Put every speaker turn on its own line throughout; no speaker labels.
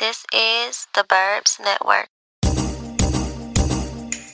This is the Burbs Network.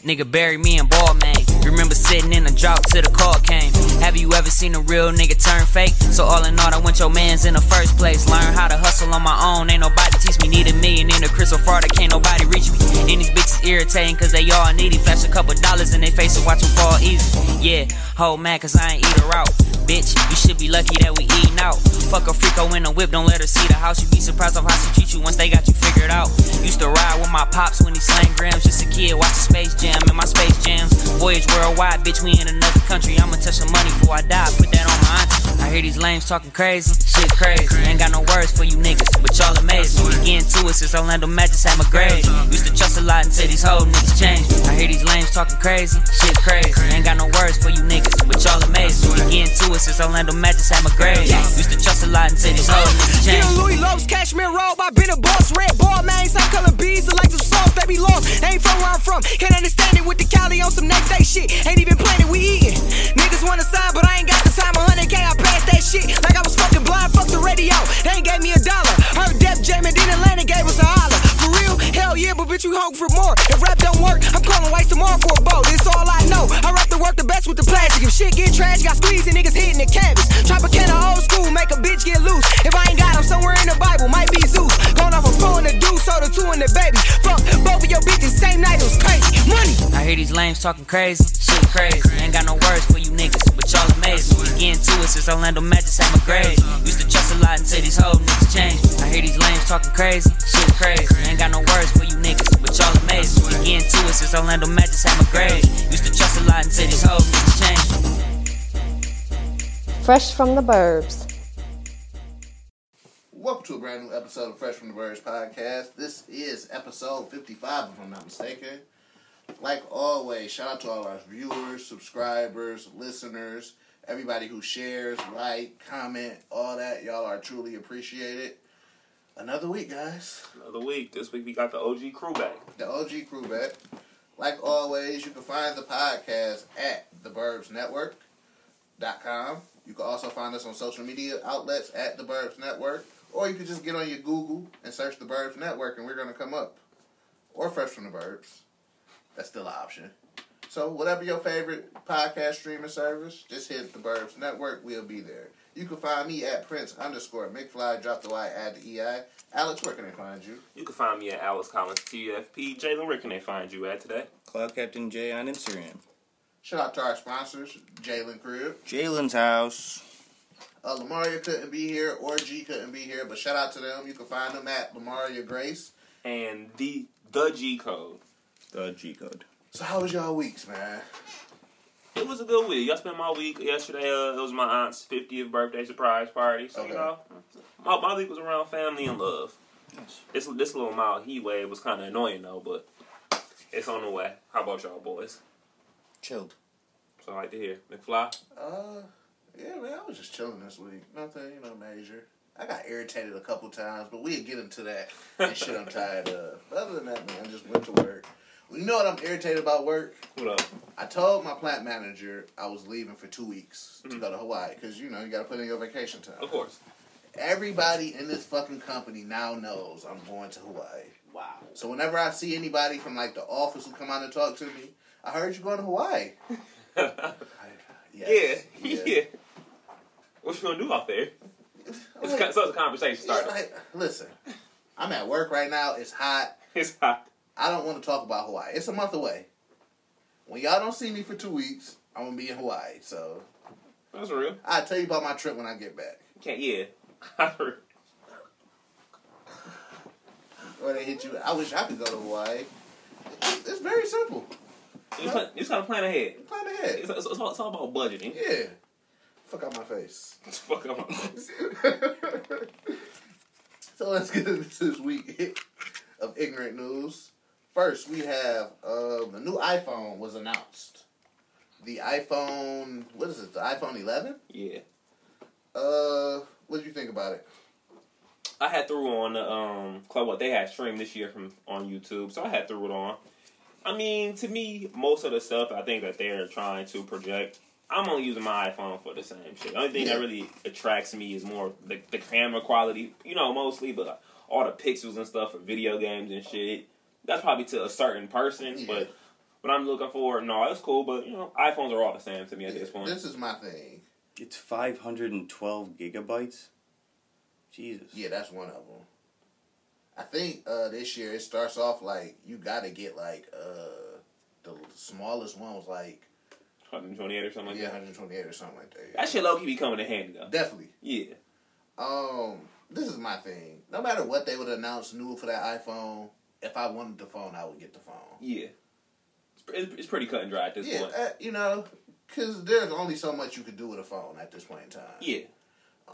Nigga buried me in ball, man. Remember sitting in a drop till the call came. Have you ever seen a real nigga turn fake? So all in all, I want your mans in the first place. Learn how to hustle on my own. Ain't nobody teach me. Need a million in a crystal fraud. Can't nobody reach me. And these bitches irritating cause they all needy. Flash a couple dollars in their face and watch them fall easy. Yeah, hold mad cause I ain't eat her out. Bitch, you should be lucky that we eatin' out. Fuck a freako in a whip, don't let her see the house. You be surprised of how she treat you once they got you figured out. Used to ride with my pops when he slang grams. Just a kid watching Space Jam in my Space Jams. Voyage worldwide, bitch, we in another country. I'ma touch some money before I die. Put that on my auntie. I hear these lames talking crazy. Shit crazy. Ain't got no words for you niggas, but y'all amazing. We getting to it since Orlando Magic had my grade. Used to trust a lot until these whole niggas changed. I hear these lames talking crazy. Shit crazy. Ain't got no words for you niggas, but y'all amazing. We getting to it since Orlando Magic had my grade. Used to trust a lot until these whole niggas
Yeah,
changed.
Louis Lopes, cashmere robe. i been a boss, red ball, man. Same color beads, the likes of sauce that be lost. Ain't from where I'm from. Can't understand it with the Cali on some next day shit. Ain't even planning, we eating. Niggas wanna sign, but I ain't got the time. 100K, I passed that shit like I was fucking blind. Fuck the radio. They ain't gave me a dollar. Heard Def Jam and then Atlanta gave us a holler. For real? Hell yeah, but bitch, you hungry for more. If rap don't work, I'm calling whites tomorrow for a boat. It's all I know. I rap the work the best with the plastic. If shit get trash, got squeezed and niggas hitting the canvas. Tropicana old school, make a bitch get loose. If I ain't got 'em somewhere in the Bible, might be Zeus. Going off a four and a deuce, so the two and the baby. Fuck both of your bitches, same night, it was crazy. Money.
I hear these lames talking crazy. Shit crazy. Ain't got no words for you niggas, but y'all amazing. We getting to it since Orlando Magic had my grade. Used to trust a lot until these whole niggas changed. I hear these lames talking crazy. Shit crazy. Ain't got no words for you niggas, but y'all amazing. We getting to it since Orlando Magic had my grade. Used to trust a lot until these whole niggas changed.
Fresh from the burbs.
Welcome to a brand new episode of Fresh from the Birds podcast. This is episode 55, if I'm not mistaken. Like always, shout out to all our viewers, subscribers, listeners, everybody who shares, like, comment, all that. Y'all are truly appreciated. Another week, guys.
Another week. This week we got the OG crew back.
The OG crew back. Like always, you can find the podcast at theburbsnetwork.com. You can also find us on social media outlets at the Burbs Network, or you can just get on your Google and search the Burbs Network, and we're gonna come up. Or Fresh from the Burbs. That's still an option. So whatever your favorite podcast streaming service, just hit the Burbs Network. We'll be there. You can find me at Prince underscore McFly. Drop the Y, add the EI. Alex, where can they find you?
You can find me at Alice Collins TFP. Jalen, where can they find you at today?
Cloud Captain Jay on Instagram.
Shout out to our sponsors, Jalen Crib.
Jalen's house.
Uh, Lamaria couldn't be here, or G couldn't be here, but shout out to them. You can find them at Lamaria Grace.
And the the G code.
The G code.
So how was y'all weeks, man?
It was a good week. Y'all spent my week yesterday. Uh, it was my aunt's 50th birthday surprise party. So
Okay.
you know, my, my week was around family and love.
Yes.
This this little mile he way was kind of annoying though, but it's on the way. How about y'all boys?
Chilled.
So I like to hear McFly.
Uh, yeah, man, I was just chilling this week. Nothing, you know, major. I got irritated a couple times, but we'll get into that and shit I'm tired of. But other than that, man, I just went to work. You know what I'm irritated about work?
What up?
I told my plant manager I was leaving for two weeks to go to Hawaii because, you know, you got to put in your vacation time.
Of course.
Everybody in this fucking company now knows I'm going to Hawaii.
Wow.
So whenever I see anybody from like the office who come out and talk to me, I heard you going to Hawaii. Yes.
yeah. Yeah. What you gonna do out there?
I'm
It's,
like-
kind- so it's a conversation
yeah,
starter.
like, listen, I'm at work right now. It's hot.
it's hot.
I don't want to talk about Hawaii. It's a month away. When y'all don't see me for two weeks, I'm gonna be in Hawaii. So
That's real.
I'll tell you about my trip when I get back.
Can't, yeah. I heard.
Or they hit you. I wish I could go to Hawaii. It's, it's very simple.
You plan- you just gotta plan ahead.
Plan
It's,
ahead.
it's, it's, all, it's all about budgeting.
Yeah. Fuck out my face.
Fuck up.
so let's get into this week of ignorant news. First, we have um, the new iPhone was announced. The iPhone, what is it? The iPhone 11?
Yeah.
Uh, what did you think about it?
I had through on the um club what they had streamed this year from on YouTube, so I had through it on. I mean, to me, most of the stuff I think that they're trying to project. I'm only using my iPhone for the same shit. The only thing
Yeah.
that really attracts me is more the, the camera quality, you know, mostly. But uh, all the pixels and stuff for video games and shit. That's probably to a certain person,
Yeah.
but what I'm looking for, no, it's cool, but you know, iPhones are all the same to me at this point.
This is my thing.
It's 512 gigabytes. Jesus.
Yeah, that's one of them. I think uh, this year it starts off like you got to get like uh, the smallest one was like
128 or something like
yeah,
that.
128 or something like that.
That shit low key be coming in handy though.
Definitely.
Yeah.
Um, this is my thing. No matter what they would announce new for that iPhone, if I wanted the phone, I would get the phone.
Yeah. It's, pre- it's, it's pretty cut and dry at this
Yeah,
point.
uh, you know, because there's only so much you could do with a phone at this point in time.
yeah.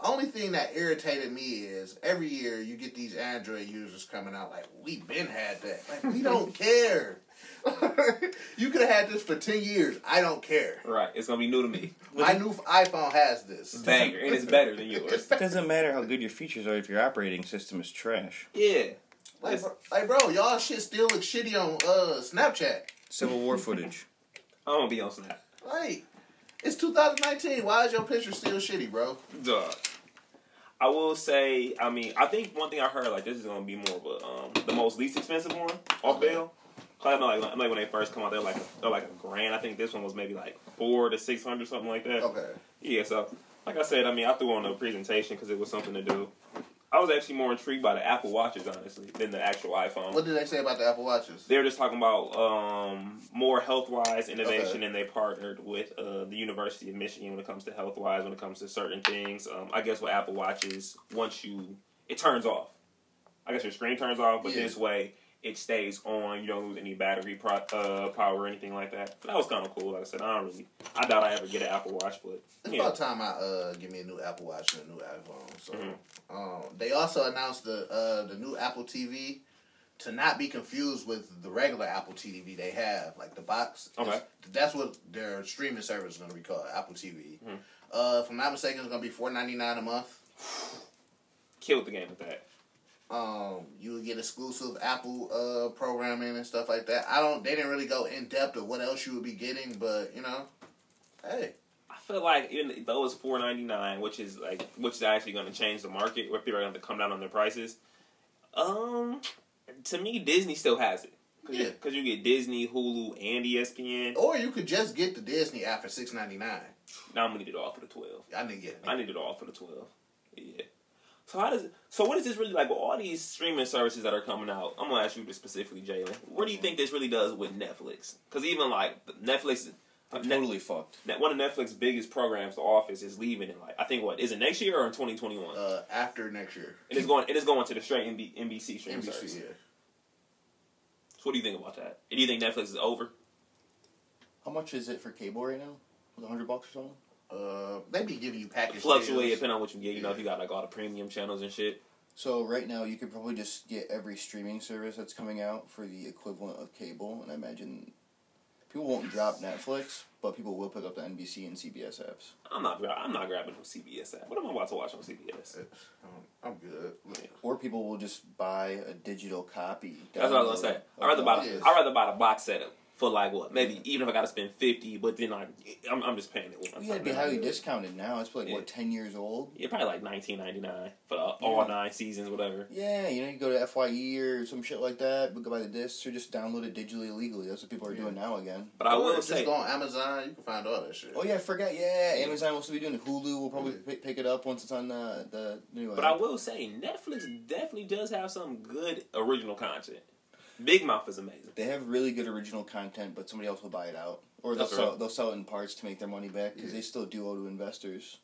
Only thing that irritated me is every year you get these Android users coming out like, we been had that. Like, we don't care. you could have had this for 10 years. I don't care.
Right. It's going to be new to me.
My new iPhone has this.
Banger. and it's better than yours.
It doesn't matter how good your features are if your operating system is trash.
Yeah.
Like, bro, like, bro, y'all shit still looks shitty on uh, Snapchat.
Civil War footage.
I'm going to be on Snap.
Like, it's 2019. Why is your picture still shitty, bro?
Duh. I will say, I mean, I think one thing I heard like this is gonna be more of a um, the most least expensive one off
Okay.
bail. Probably about, like, like when they first come out, they're like they're like a grand. I think this one was maybe like four to six hundred, something like that.
Okay.
Yeah, so like I said, I mean, I threw on a presentation because it was something to do. I was actually more intrigued by the Apple Watches, honestly, than the actual iPhone.
What did they say about the Apple Watches?
They're just talking about um, more health-wise innovation,
Okay.
and they partnered with uh, the University of Michigan when it comes to health-wise, when it comes to certain things. Um, I guess with Apple Watches, once you it turns off, I guess your screen turns off, but
Yeah.
this way it stays on. You don't lose any battery pro- uh, power or anything like that. That was kind of cool. Like I said, I don't really, I doubt I ever get an Apple Watch, but
It's
yeah,
about time I uh give me a new Apple Watch and a new iPhone. So,
Mhm.
um, they also announced the uh the new Apple TV to not be confused with the regular Apple TV they have, like the box.
Okay.
It's- That's what their streaming service is going to be called, Apple TV.
Mhm.
Uh, if I'm not mistaken, it's going to be four ninety nine a month.
killed the game with that.
Um, you would get exclusive Apple uh programming and stuff like that. I don't. They didn't really go in depth of what else you would be getting, but you know, hey,
I feel like even though it's four ninety nine, which is like which is actually going to change the market where people are going to come down on their prices. Um, to me, Disney still has it because
Yeah. Oh.
you, get Disney, Hulu, and E ESPN.
or you could just get the Disney app for six ninety nine.
Now I'm gonna need it all for the twelve.
I didn't get it.
I need it all for the twelve. Yeah. So how does so what is this really like with all these streaming services that are coming out? I'm gonna ask you this specifically, Jalen. What do you think this really does with Netflix? Because even like Netflix,
I'm
Net-
totally fucked.
Net- one of Netflix's biggest programs, The Office, is leaving in like I think what is it next year or in 2021?
uh, after next year.
It is going. It is going to the straight NB, NBC streaming service.
NBC, yeah.
So what do you think about that? Do you think Netflix is over?
How much is it for cable right now? Was hundred bucks or something?
Uh, they be giving you package
Fluctuate
deals.
depending on what you get. You know, if
Yeah.
you got like all the premium channels and shit.
So right now, you could probably just get every streaming service that's coming out for the equivalent of cable, and I imagine people won't drop Netflix, but people will pick up the NBC and CBS apps.
I'm not. gra- I'm not grabbing no CBS app. What am I about to watch on CBS?
Um, I'm good. Look,
Or people will just buy a digital copy.
That's what I was gonna say. I'd rather buy.
Yes.
I'd rather buy the box setup for like what? Maybe even if I gotta spend fifty, but then like I'm, I'm just paying it. one
Yeah, it'd be
time.
highly discounted now. It's like
Yeah.
what ten years old.
Yeah, probably like 19.99 for uh, all
Yeah.
nine seasons, whatever.
Yeah, you know, you go to Fye or some shit like that. But go buy the discs or just download it digitally illegally. That's what people are doing now again.
But I
or
will
just
say,
go on Amazon. You can find all that shit.
Oh yeah, I forgot. Yeah, Amazon will still be doing it. Hulu will probably pick, pick it up once it's on the the new.
But I will say Netflix definitely does have some good original content. Big Mouth is amazing.
They have really good original content, but somebody else will buy it out, or they'll
That's
sell,
right.
they'll sell it in parts to make their money back because
Yeah.
they still do owe to investors.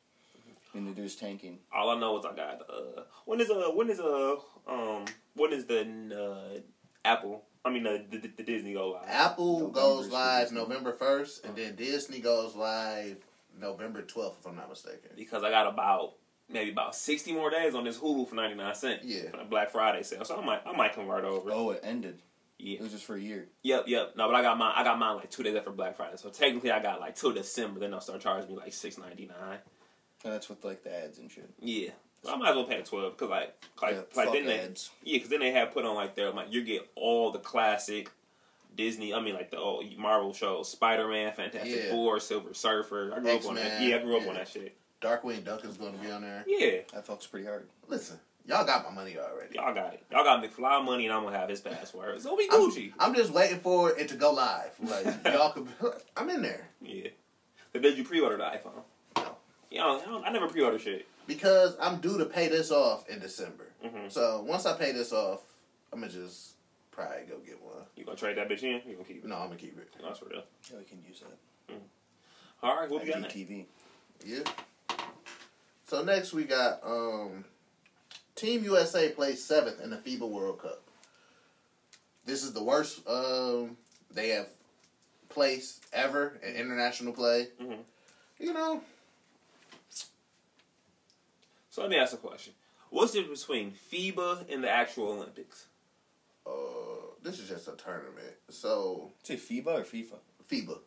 And they're just tanking.
All I know is I got uh when is uh when is uh um when is the uh Apple I mean uh, the, the Disney go live?
Apple
November
goes
is
live
Disney.
November first, and then Disney goes live November twelfth, if I'm not mistaken.
Because I got about maybe about sixty more days on this Hulu for ninety nine cent.
Yeah.
for the Black Friday sale. So I might I might convert over.
Oh, it ended.
Yeah.
It was just for a year.
Yep, yep. No, but I got mine I got mine like two days after Black Friday. So technically I got like till December, then they'll start charging me like six ninety nine.
And that's with like the ads and shit.
Yeah. So I might as well pay the twelve because like like,
Yeah,
like
fuck
then they
ads.
Yeah, because then they have put on like their like you get all the classic Disney. I mean, like the old Marvel shows, Spider Man, Fantastic
Yeah.
Four, Silver Surfer. I grew up on that.
X-Men,
Yeah, I grew up
yeah.
on that shit.
Darkwing Duck is going to be on there.
Yeah,
That fucks pretty hard.
Listen, Y'all got my money already.
Y'all got it. Y'all got McFly money, and I'm gonna have his password. So we
I'm,
Gucci.
I'm just waiting for it to go live. Like y'all could. I'm in there
yeah. But did you pre-order the iPhone?
No.
Yeah, I, don't- I, don't- I never pre-order shit.
because I'm due to pay this off in December.
Mhm.
So once I pay this off, I'm gonna just probably go get one.
You gonna trade that bitch in? You gonna keep it?
No, I'm gonna keep it.
That's for real.
Yeah, we can use that.
All right, what we got next?
IGTV.
Yeah. So next we got um Team USA plays seventh in the FIBA World Cup. This is the worst um they have placed ever in international play.
Mhm.
You know,
So let me ask a question. What's the difference between FIBA and the actual Olympics?
uh, this is just a tournament. So
Say FIBA or FIFA?
FIBA.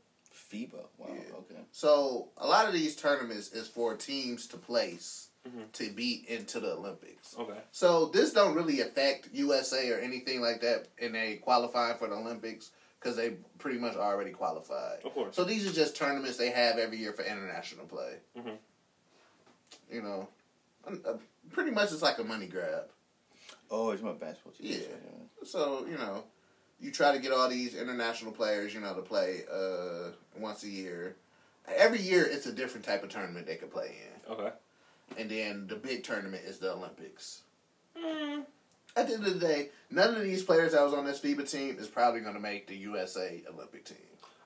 FIBA. Wow.
Yeah.
Okay.
So a lot of these tournaments is for teams to place to be into the Olympics.
Mm-hmm. Okay.
So this don't really affect USA or anything like that in they qualifying for the Olympics because they pretty much already qualified.
Of course.
So these are just tournaments they have every year for international play.
Mhm. Mm-hmm.
You know, um, uh, pretty much it's like a money grab.
Oh, it's my basketball team.
Yeah. So you know, you try to get all these international players, you know, to play uh, once a year. Every year it's a different type of tournament they could play in.
Okay.
and then the big tournament is the Olympics. Hmm. At the end of the day, none of these players that was on this FIBA team is probably going to make the USA Olympic team.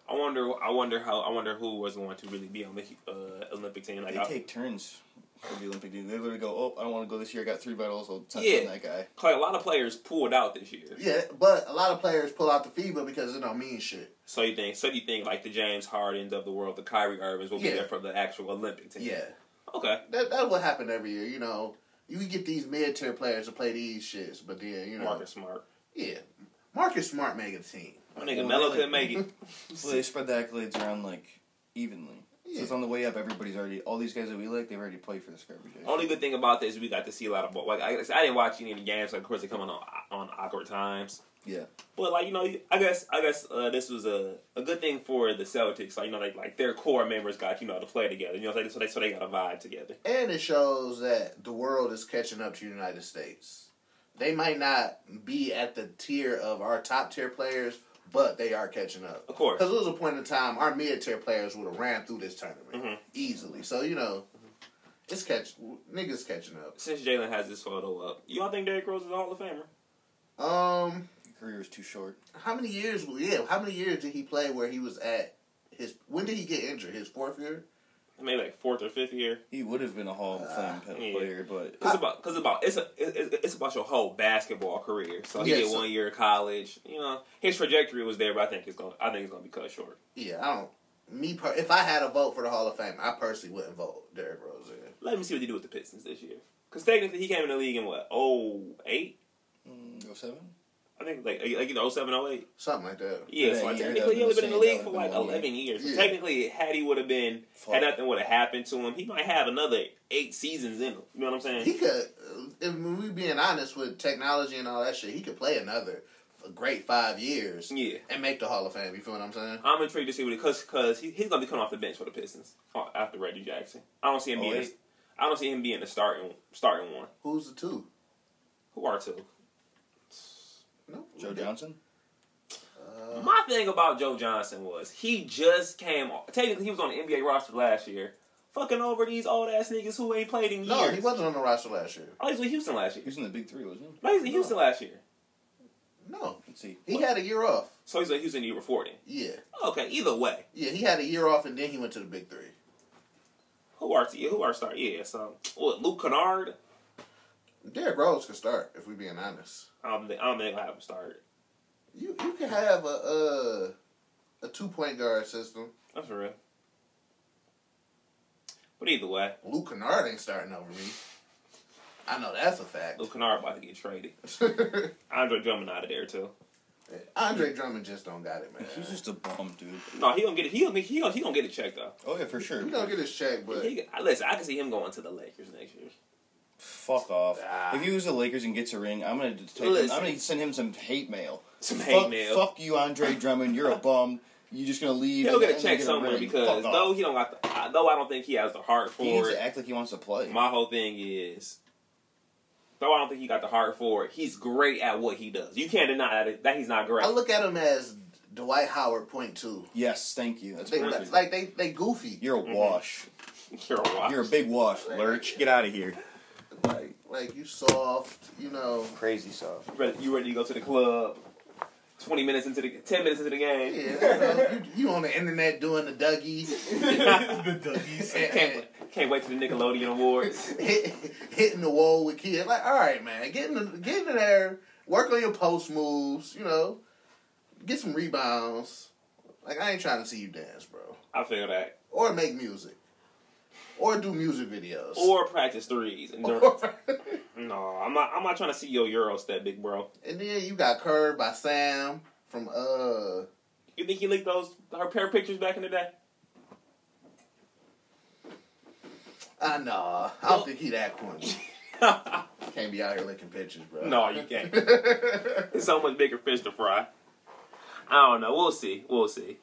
I wonder. I wonder how. I wonder who was going to really be on the uh, Olympic team. Like,
They
I-
take turns for the Olympic team. They literally go, oh, I don't want to go this year. I got three medals. I'll touch
Yeah.
on that guy.
like, a lot of players pulled out this year.
Yeah, but a lot of players pull out the FIBA because it don't mean shit.
So you think? So you think like the James Hardens of the world, the Kyrie Irvings will
Yeah.
be there for the actual Olympic team?
Yeah,
Okay.
that that will happen every year. You know, you get these mid tier players to play these shits, but then you know,
Marcus Smart.
yeah, Marcus Smart make a team.
My nigga Melo couldn't make it.
Well, they spread the accolades around like evenly.
Yeah.
So it's on the way up. Everybody's already all these guys that we like. They've already played for this garbage. day.
Only good thing about this, we got to see a lot of ball. Like I, I didn't watch any of the games. Like of course they coming on on awkward times.
Yeah.
But like you know, I guess I guess uh, this was a, a good thing for the Celtics. Like you know, like like their core members got you know to play together. You know, so they, so they so they got a vibe together.
And it shows that the world is catching up to the United States. They might not be at the tier of our top tier players, but they are catching up.
Of course.
Because it was a point in time our mid tier players would have ran through this tournament
Mhm.
easily. So, you know, it's catch niggas catching up.
Since Jalen has this photo up, you all think Derrick Rose is a Hall of Famer?
Um
Your career is too short.
how many years yeah, how many years did he play where he was at his when did he get injured? His fourth year?
Maybe like fourth or fifth year.
He would have been a Hall of Fame pe-
yeah.
player, but
Cause about, cause about, it's a, it's, it's about your whole basketball career. So he
Yeah,
did
so-
one year of college. You know, his trajectory was there, but I think it's gonna, I think it's gonna be cut short.
Yeah, I don't me per- if I had a vote for the Hall of Fame, I personally wouldn't vote Derrick Rose in.
Let me see what they do with the Pistons this year. Cause technically he came in the league in what oh eight,
mm, go seven.
I think like like oh you know 07, 08.
Something like that.
Yeah,
Yeah, so
yeah,
technically he only been in the
yeah,
league for like
yeah.
eleven years. So
Yeah.
technically, had he would have been,
Fuck.
had nothing would have happened to him, he might have another eight seasons in him. You know what I'm saying?
He could, uh, if we being honest with technology and all that shit, he could play another great five years
yeah,
and make the Hall of Fame. You feel what I'm saying?
I'm intrigued to see what it cause cause he, he's gonna be coming off the bench for the Pistons uh, after Reggie Jackson. I don't see him
Oh,
being. a-
wait.
I don't see him being the starting starting one.
Who's the two?
Who are two?
No,
Joe Johnson.
Uh,
My thing about Joe Johnson was he just came. off- Technically, he was on the NBA roster last year, fucking over these old ass niggas who ain't played in years.
no, he wasn't on the roster last year.
Oh, he was with Houston last year.
He was in the big three, wasn't he?
No, he was in Houston last year.
No,
Let's see.
he had a year off.
So he's in Houston the year before then.
Yeah,
Okay, either way,
yeah, he had a year off, and then he went to the Big Three.
who are yeah, who are star? Yeah, so what? Luke Kennard.
Derrick Rose could start if we being honest.
I don't think I don't think I have him start.
You you could have a uh, a two point guard system.
That's for real. But either way,
Luke Kennard ain't starting over me. I know that's a fact.
Luke Kennard about to get traded. Andre Drummond out of there too.
Andre Drummond just don't got it, man.
He's just a bum, dude.
No, he gonna get it. He gonna he gonna, he gonna get a check though.
Oh yeah, for sure.
He gonna get his check, but
He, I- listen, I can see him going to the Lakers next year.
Fuck off.
Ah.
If he was the Lakers and gets a ring, I'm gonna take him, I'm
Listen.
gonna send him some hate mail.
Some
fuck,
hate mail.
Fuck you, Andre Drummond. You're a bum. You're just gonna leave.
He'll
and-
get a
and
check
ring.
somewhere because
Fuck off.
though he don't got the, I- though I don't think he has the heart
he needs
for it.
to act like he wants to play.
My whole thing is though I don't think he got the heart for it, he's great at what he does. You can't deny that, that he's not great.
I look at him as Dwight Howard point two.
Yes, thank you. That's
They,
perfect.
like they they goofy.
You're a
Mm-hmm.
wash.
You're a wild-
You're a big wash, Lurch. Get out of here.
Like like you soft. You know.
Crazy soft.
You ready, you ready to go to the club? Twenty minutes into the ten minutes into the
Yeah,
game,
you, know, you, you on the internet doing the Dougie,
the Dougies.
and-
can't wait to the Nickelodeon Awards.
and hit, hitting the wall with kids. Like, all right, man, get in, the, get in there, work on your post moves. You know, get some rebounds. Like, I ain't trying to see you dance, bro,
I feel that.
or make music, or do music videos,
Or practice threes. And dur- no, I'm not. I'm not trying to see your euro step, big bro.
and then you got curved by Sam from uh.
You think he leaked those her pair of pictures back in the day?
I know. I don't think he that corny. Can't be out here licking pictures, bro.
No, you can't. It's so much bigger fish to fry. I don't know. We'll see. We'll see.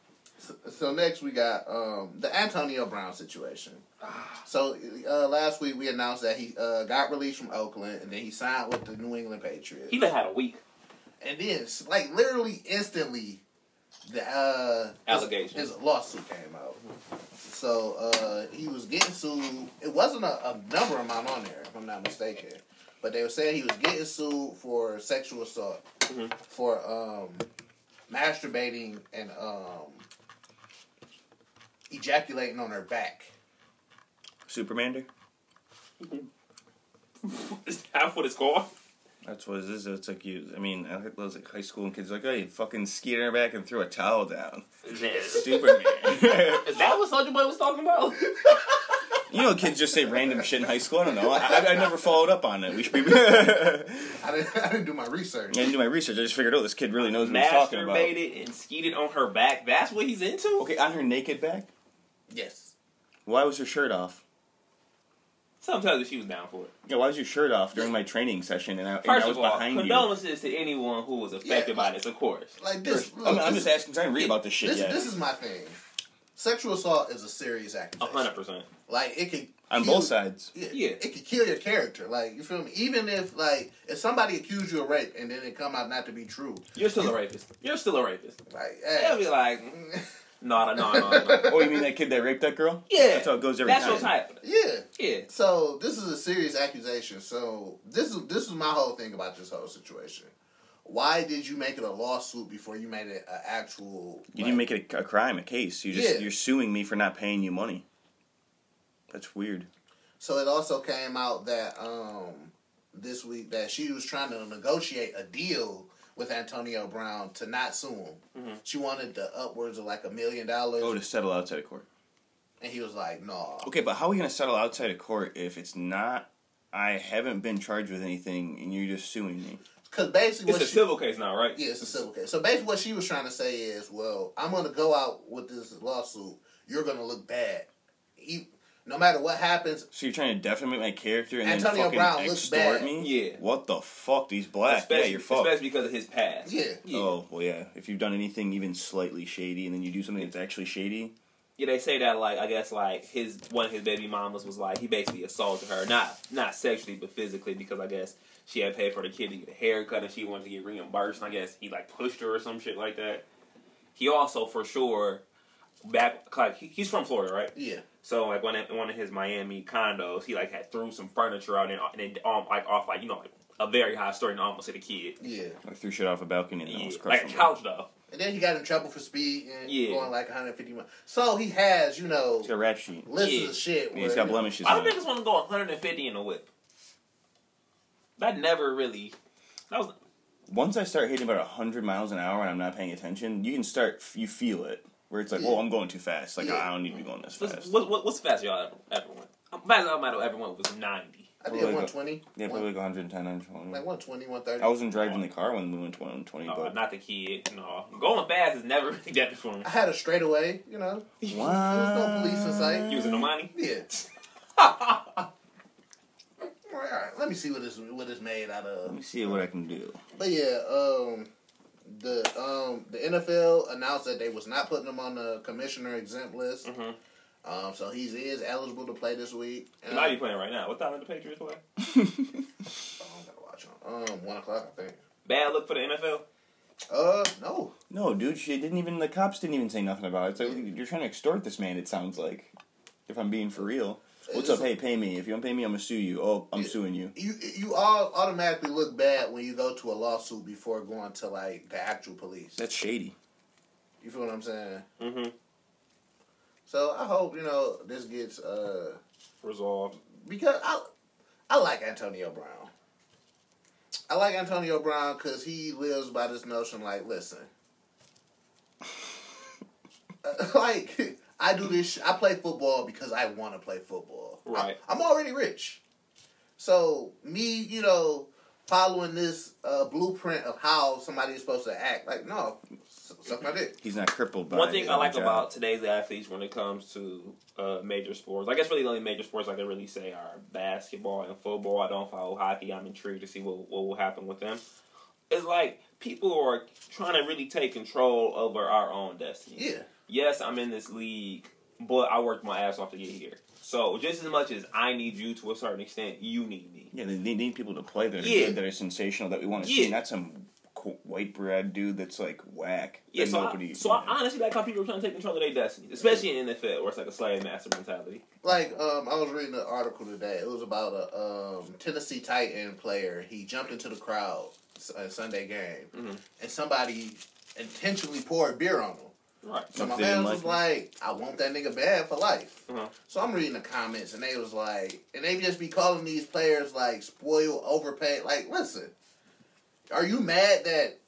So next we got um, the Antonio Brown situation.
Ah.
So uh, last week we announced that he uh, got released from Oakland and then he signed with the New England Patriots.
He done had a week.
and then, like literally instantly, the uh,
Allegations.
his, his lawsuit came out. So uh, he was getting sued. It wasn't a, a number amount on there, if I'm not mistaken. But they were saying he was getting sued for sexual assault,
Mm-hmm.
for um, masturbating and um, ejaculating on her back.
Supermander?
Is that what it's called?
That's what it is. It's like you. I mean, I was like high school and kids like, oh, you fucking skied on her back and threw a towel down.
Is
Superman.
that what Soldier Boy was talking about?
you know, kids just say random shit in high school. I don't know. I, I, I never followed up on it. We should be. I
I didn't, I didn't do my research.
didn't do my research. I just figured, oh, this kid really knows what he's talking about.
Masturbated and skeeted on her back. That's what he's into.
Okay, on her naked back.
Yes.
Why was her shirt off?
Sometimes she was down for it.
Yeah, why was your shirt off during my training session and I, and
First
I was
of all,
behind you?
condolences to anyone who was affected by this, of course.
Like this.
I'm,
look,
I'm
this-
just asking. 'cause I didn't read about this shit
This,
yet.
this is my thing. Sexual assault is a serious
A
accusation.
hundred percent.
Like it could
on
kill-
both sides.
Yeah,
Yeah.
it could kill your character. Like you feel me? Even if like if somebody accused you of rape and then it come out not to be true,
You're still a rapist. You're still a rapist.
like
They'll
hey,
be like, "Mm, no, no, no, no, no.
Oh, you mean that kid that raped that girl?
Yeah,
That's how it goes every
That's
time.
your type.
yeah.
Yeah.
So this is a serious accusation. So this is this is my whole thing about this whole situation. Why did you make it a lawsuit before you made it an actual?
You didn't make it a, a crime, a case. You just
Yeah.
you're suing me for not paying you money. That's weird.
So it also came out that um this week that she was trying to negotiate a deal with Antonio Brown to not sue him.
Mm-hmm.
She wanted the upwards of like a million dollars,
Oh, to settle outside of court.
and he was like, "No."
Okay, but how are we gonna settle outside of court if it's not? I haven't been charged with anything, and you're just suing me.
Because basically,
It's
what
a
she-
civil case now, right?
yeah, it's a civil case. So basically, what she was trying to say is, "Well, I'm gonna go out with this lawsuit. You're gonna look bad, e- no matter what happens."
So you're trying to defamate my character and
Antonio
then fucking
Brown looks
extort
bad.
me?
Yeah.
What the fuck? These black? yeah,
Especially,
you're fucked.
especially because of his past.
Yeah.
yeah.
Oh well, yeah. If you've done anything even slightly shady, and then you do something that's actually shady,
Yeah, they say that like I guess like his one of his baby mamas was like he basically assaulted her, not not sexually but physically because I guess she had paid for the kid to get a haircut and she wanted to get reimbursed. And I guess he like pushed her or some shit like that. He also for sure back like he, he's from Florida, right?
Yeah,
So like one of, one of his Miami condos, he like had threw some furniture out and and then um, like off like you know like a very high story and almost hit a kid.
yeah.
I threw shit off a balcony and
Yeah,
almost crushed
like a
somebody.
couch though.
And then he got in trouble for speed and
Yeah.
going like 150 miles. So he has, you know,
He's got a rap sheet.
lists
Yeah.
of shit.
And he's got blemishes.
I
On
don't think
it.
it's want to go 150 in a whip. That never really. That was
Once I start hitting about hundred miles an hour and I'm not paying attention, you can start. You feel it where it's like,
Yeah.
"Whoa, I'm going too fast. Like
Yeah.
I don't need to be going this
what's,
fast."
what, what, what's the fastest y'all ever, ever went? Um, Fastest I might have ever went was 90.
I did
Probably
120.
Yeah,
one-
probably like 110, 120.
like 120, 130.
I wasn't driving the car when we went 120,
No,
but
Uh, not the kid. No, going fast is never really that for me.
I had a straightaway, you know. There was no police in sight.
Using the money.
Yeah. All right, let me see what it's what it's made out
Let
of.
me see what I can do.
But yeah, um, the
Mm-hmm.
um the NFL announced that they was not putting him on the commissioner exempt list. Um, so he is eligible to play this week.
He might be playing right now. What time did the Patriots play?
Oh, I'm gonna watch him. Um, one o'clock, I think.
Bad look for the NFL.
Uh, no.
No, dude, she didn't even. The cops didn't even say nothing about it. It's like, you're trying to extort this man. It sounds like, if I'm being for real. What's up?
It's-
Hey, pay me. If you don't pay me, I'm gonna sue you. Oh, I'm suing you.
You you all automatically look bad when you go to a lawsuit before going to like the actual police.
That's shady.
You feel what I'm saying?
Mm-hmm.
So I hope you know this gets uh
Resolved.
because I I like Antonio Brown. I like Antonio Brown because he lives by this notion like, listen, like I do this. Sh- I play football because I want to play football. I-
Right.
I'm already rich, so me, you know, following this uh, blueprint of how somebody is supposed to act, like, no, suck suck my dick.
He's not crippled by.
One thing
a
I like
job.
about today's athletes when it comes to uh, major sports, I guess really the only major sports I can really say are basketball and football. I don't follow hockey. I'm intrigued to see what, what will happen with them. It's like people are trying to really take control over our own destiny.
Yeah,
Yes, I'm in this league, but I worked my ass off to get here. So just as much as I need you to a certain extent, you need me.
Yeah, they they need people to play that are
Yeah.
good, that are sensational, that we want to
Yeah.
see, not some qu- white bread dude that's like whack.
Yeah,
that
so,
nobody-
I, so I honestly like how people are trying to take control of their destiny, especially in NFL where it's like a slave master mentality.
like um, I was reading an article today. It was about a um, Tennessee Titan player. He jumped into the crowd s- a Sunday game,
Mhm.
and somebody intentionally poured beer on him.
Right.
So my
They didn't
man was like, "I want that nigga bad for life."
Uh-huh.
So I'm reading the comments, and they was like, and they just be calling these players like spoiled, overpaid. Like, listen, are you mad that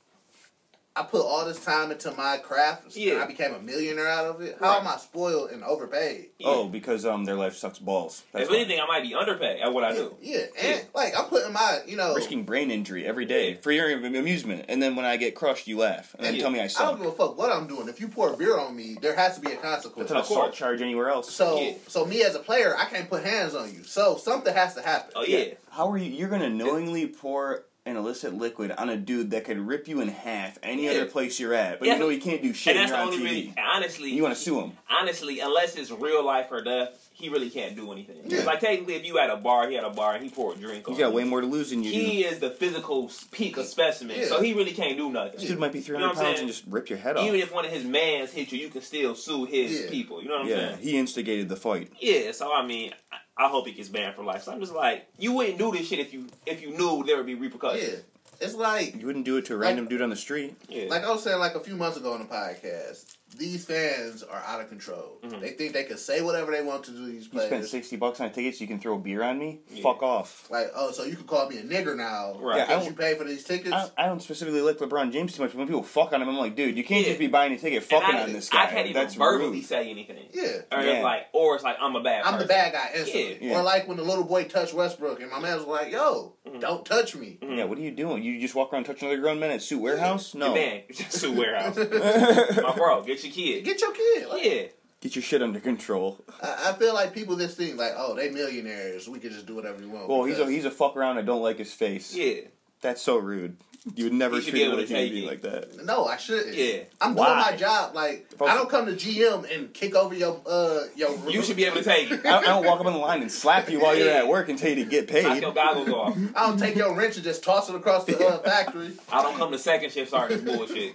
I put all this time into my craft? and
Yeah.
I became a millionaire out of it. How am I spoiled and overpaid?
Oh, because um, their life sucks balls.
if
why.
anything, I might be underpaid at what I do.
Yeah, and like I'm putting my, you know,
risking brain injury every day
Yeah.
for your amusement, and then when I get crushed, you laugh and then
Yeah.
tell me I
I don't
suck.
give a fuck what I'm doing. If you pour beer on me, there has to be a consequence.
That's an
Of
assault
course.
charge anywhere else.
So,
Yeah.
so me as a player, I can't put hands on you. So something has to happen.
Oh yeah.
How are you? You're gonna knowingly pour an illicit liquid on a dude that could rip you in half any
Yeah.
other place you're at, but
Yeah.
you know he can't do shit.
And that's
you're
the
on
only
TV.
really honestly
And you want to sue him?
honestly, unless it's real life or death, he really can't do anything. 'Cause, Like technically if you had a bar, he had a bar and he poured drink on
He's got
you.
way more to lose than you do.
he uh, is the physical peak of specimen,
Yeah.
so he really can't do nothing.
This dude might be
know
300
what I'm
pounds
saying?
and just rip your head off.
Even if one of his mans hit you, you can still sue his
Yeah.
people. You know what I'm
yeah,
saying?
he instigated the fight.
Yeah, so I mean, I- I hope he gets banned for life. So I'm just like, you wouldn't do this shit if you if you knew there would be
yeah.
repercussions.
It's like
You wouldn't do it to a random dude on the street.
Yeah,
Like I was saying, like a few months ago on the podcast, these fans are out of control.
Mm-hmm.
They think they can say whatever they want to to these
You spent
players.
sixty bucks on tickets. You can throw beer on me.
Yeah.
Fuck off.
Like, oh, so you can call me a nigger now
Right. Yeah, I
because you
don't-
pay for these tickets?
I, I don't specifically like LeBron James too much, but when people fuck on him, I'm like, dude, you can't
Yeah.
just be buying a ticket
And
fucking
I,
on this
I
guy.
can't even
That's
verbally
rude.
say anything.
yeah.
Or
Yeah.
it's like, or it's like I'm a bad.
I'm the
person.
bad guy instantly.
Yeah. Yeah.
Or like when the little boy touched Westbrook and my man was like, yo,
Mm-hmm.
don't touch me.
Yeah, what are you doing? You just walk around touching other grown men at suit warehouse?
Your
No.
man, sue warehouse. My bro, get your kid.
Get your kid. Like,
Yeah,
Get your shit under control.
I, I feel like people just think like, oh, they millionaires. We can just do whatever we want.
Well, he's a
because-
he's a fuck around. I don't like his face.
yeah,
That's so rude. You would never
He should
treat
be
another
able to
human
take
being
it.
like that.
No, I shouldn't.
Yeah.
I'm doing
Why?
my job. Like,
Folks-
I don't come to GM and kick over your uh your.
you should be able to take it.
I don't, I don't walk up in the line and slap you while you're
Yeah.
at work and tell you to get
Knock
paid.
your goggles off.
I don't take your wrench and just toss it across the uh, factory.
I don't come to second shift sergeant bullshit.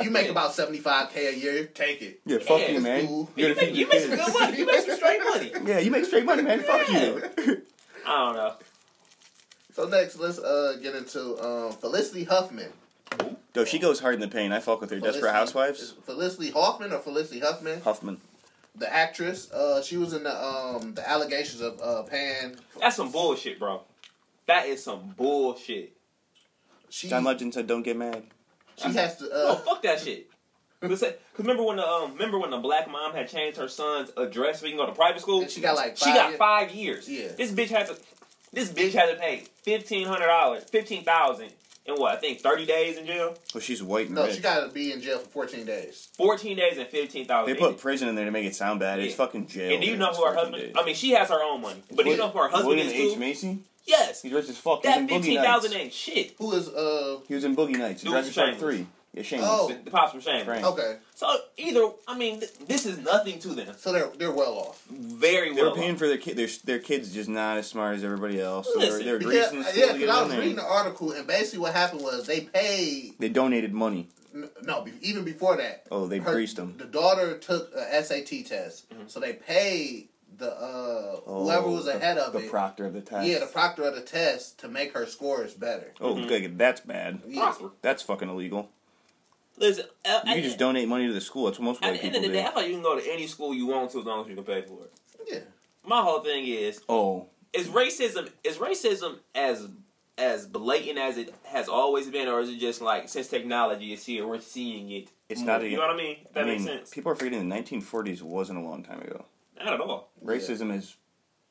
You make about seventy five k a year. Take it.
Yeah, fuck
Yeah.
you, man.
Ooh.
You're
You
gonna
make,
feed
you
your
make some
kids.
good money. You make some straight money.
Yeah, you make straight money, man. Fuck you.
I don't know.
So next, let's uh get into um, Felicity Huffman.
Though she goes hard in the pain. I fuck with her.
Felicity-
Desperate Housewives.
is Felicity Hoffman or Felicity Huffman,
Huffman.
the actress. Uh, she was in the um the allegations of uh pan.
That's some bullshit, bro. That is some bullshit.
She
John Legend Oh, said, "Don't get mad."
she has to.
No,
Uh,
Oh, fuck that shit. Cause say- 'cause remember when the um, remember when the black mom had changed her son's address so he can go to private school?
And she got, like,
she
five
got
years-
five years.
Yeah.
This bitch had to this bitch had to pay fifteen hundred dollars, fifteen thousand in what I think thirty days in jail,
Well, she's white and
no,
rich.
she got to be in jail for fourteen days.
fourteen days and fifteen
they
thousand.
put prison in there to make it sound bad. It's
Yeah.
fucking jail.
And do you
man.
know
It's
who her
14
husband?
days.
I mean, she has her own money, but do you know who her husband
William
is
H.
too?
Macy?
Yes,
He's rich as fuck. He's
that
in Boogie
fifteen thousand
Nights.
ain't shit.
Who is uh
He was in Boogie Nights. He
Dude
was
from
Part
Shameless.
3. Yeah, shameless.
Oh.
The, the pops from Shame.
Frank.
Okay,
So either, I mean, th- this is nothing to them.
so they're they're well off.
Very
They
well.
were paying for their kid. Their, their kids just not as smart as everybody else. So they're,
Listen,
they're
Yeah,
greasing the school
yeah.
to get
Because I
in
was
there.
reading the article, and basically what happened was they paid.
They donated money.
n- No, be- even before that.
Oh, they
her-
greased them.
The daughter took a SAT test,
Mm-hmm.
so they paid the uh,
Oh,
whoever was
the-
ahead of
the
it.
proctor of the test.
Yeah, the proctor of the test to make her scores better.
oh,
Mm-hmm.
good. That's bad.
Yeah.
That's fucking illegal.
Listen, uh,
You
at,
can just donate money to the school. That's what most
at
white
the end
people
of the
do.
day, I thought you can go to any school you want to as long as you can pay for it.
yeah.
My whole thing is,
oh,
is racism is racism as as blatant as it has always been, or is it just like since technology is here, we're seeing it?
It's
more?
not a-
You know what I mean? If That
I mean,
makes sense.
people are forgetting the 1940s wasn't a long time ago.
not at all.
Racism is,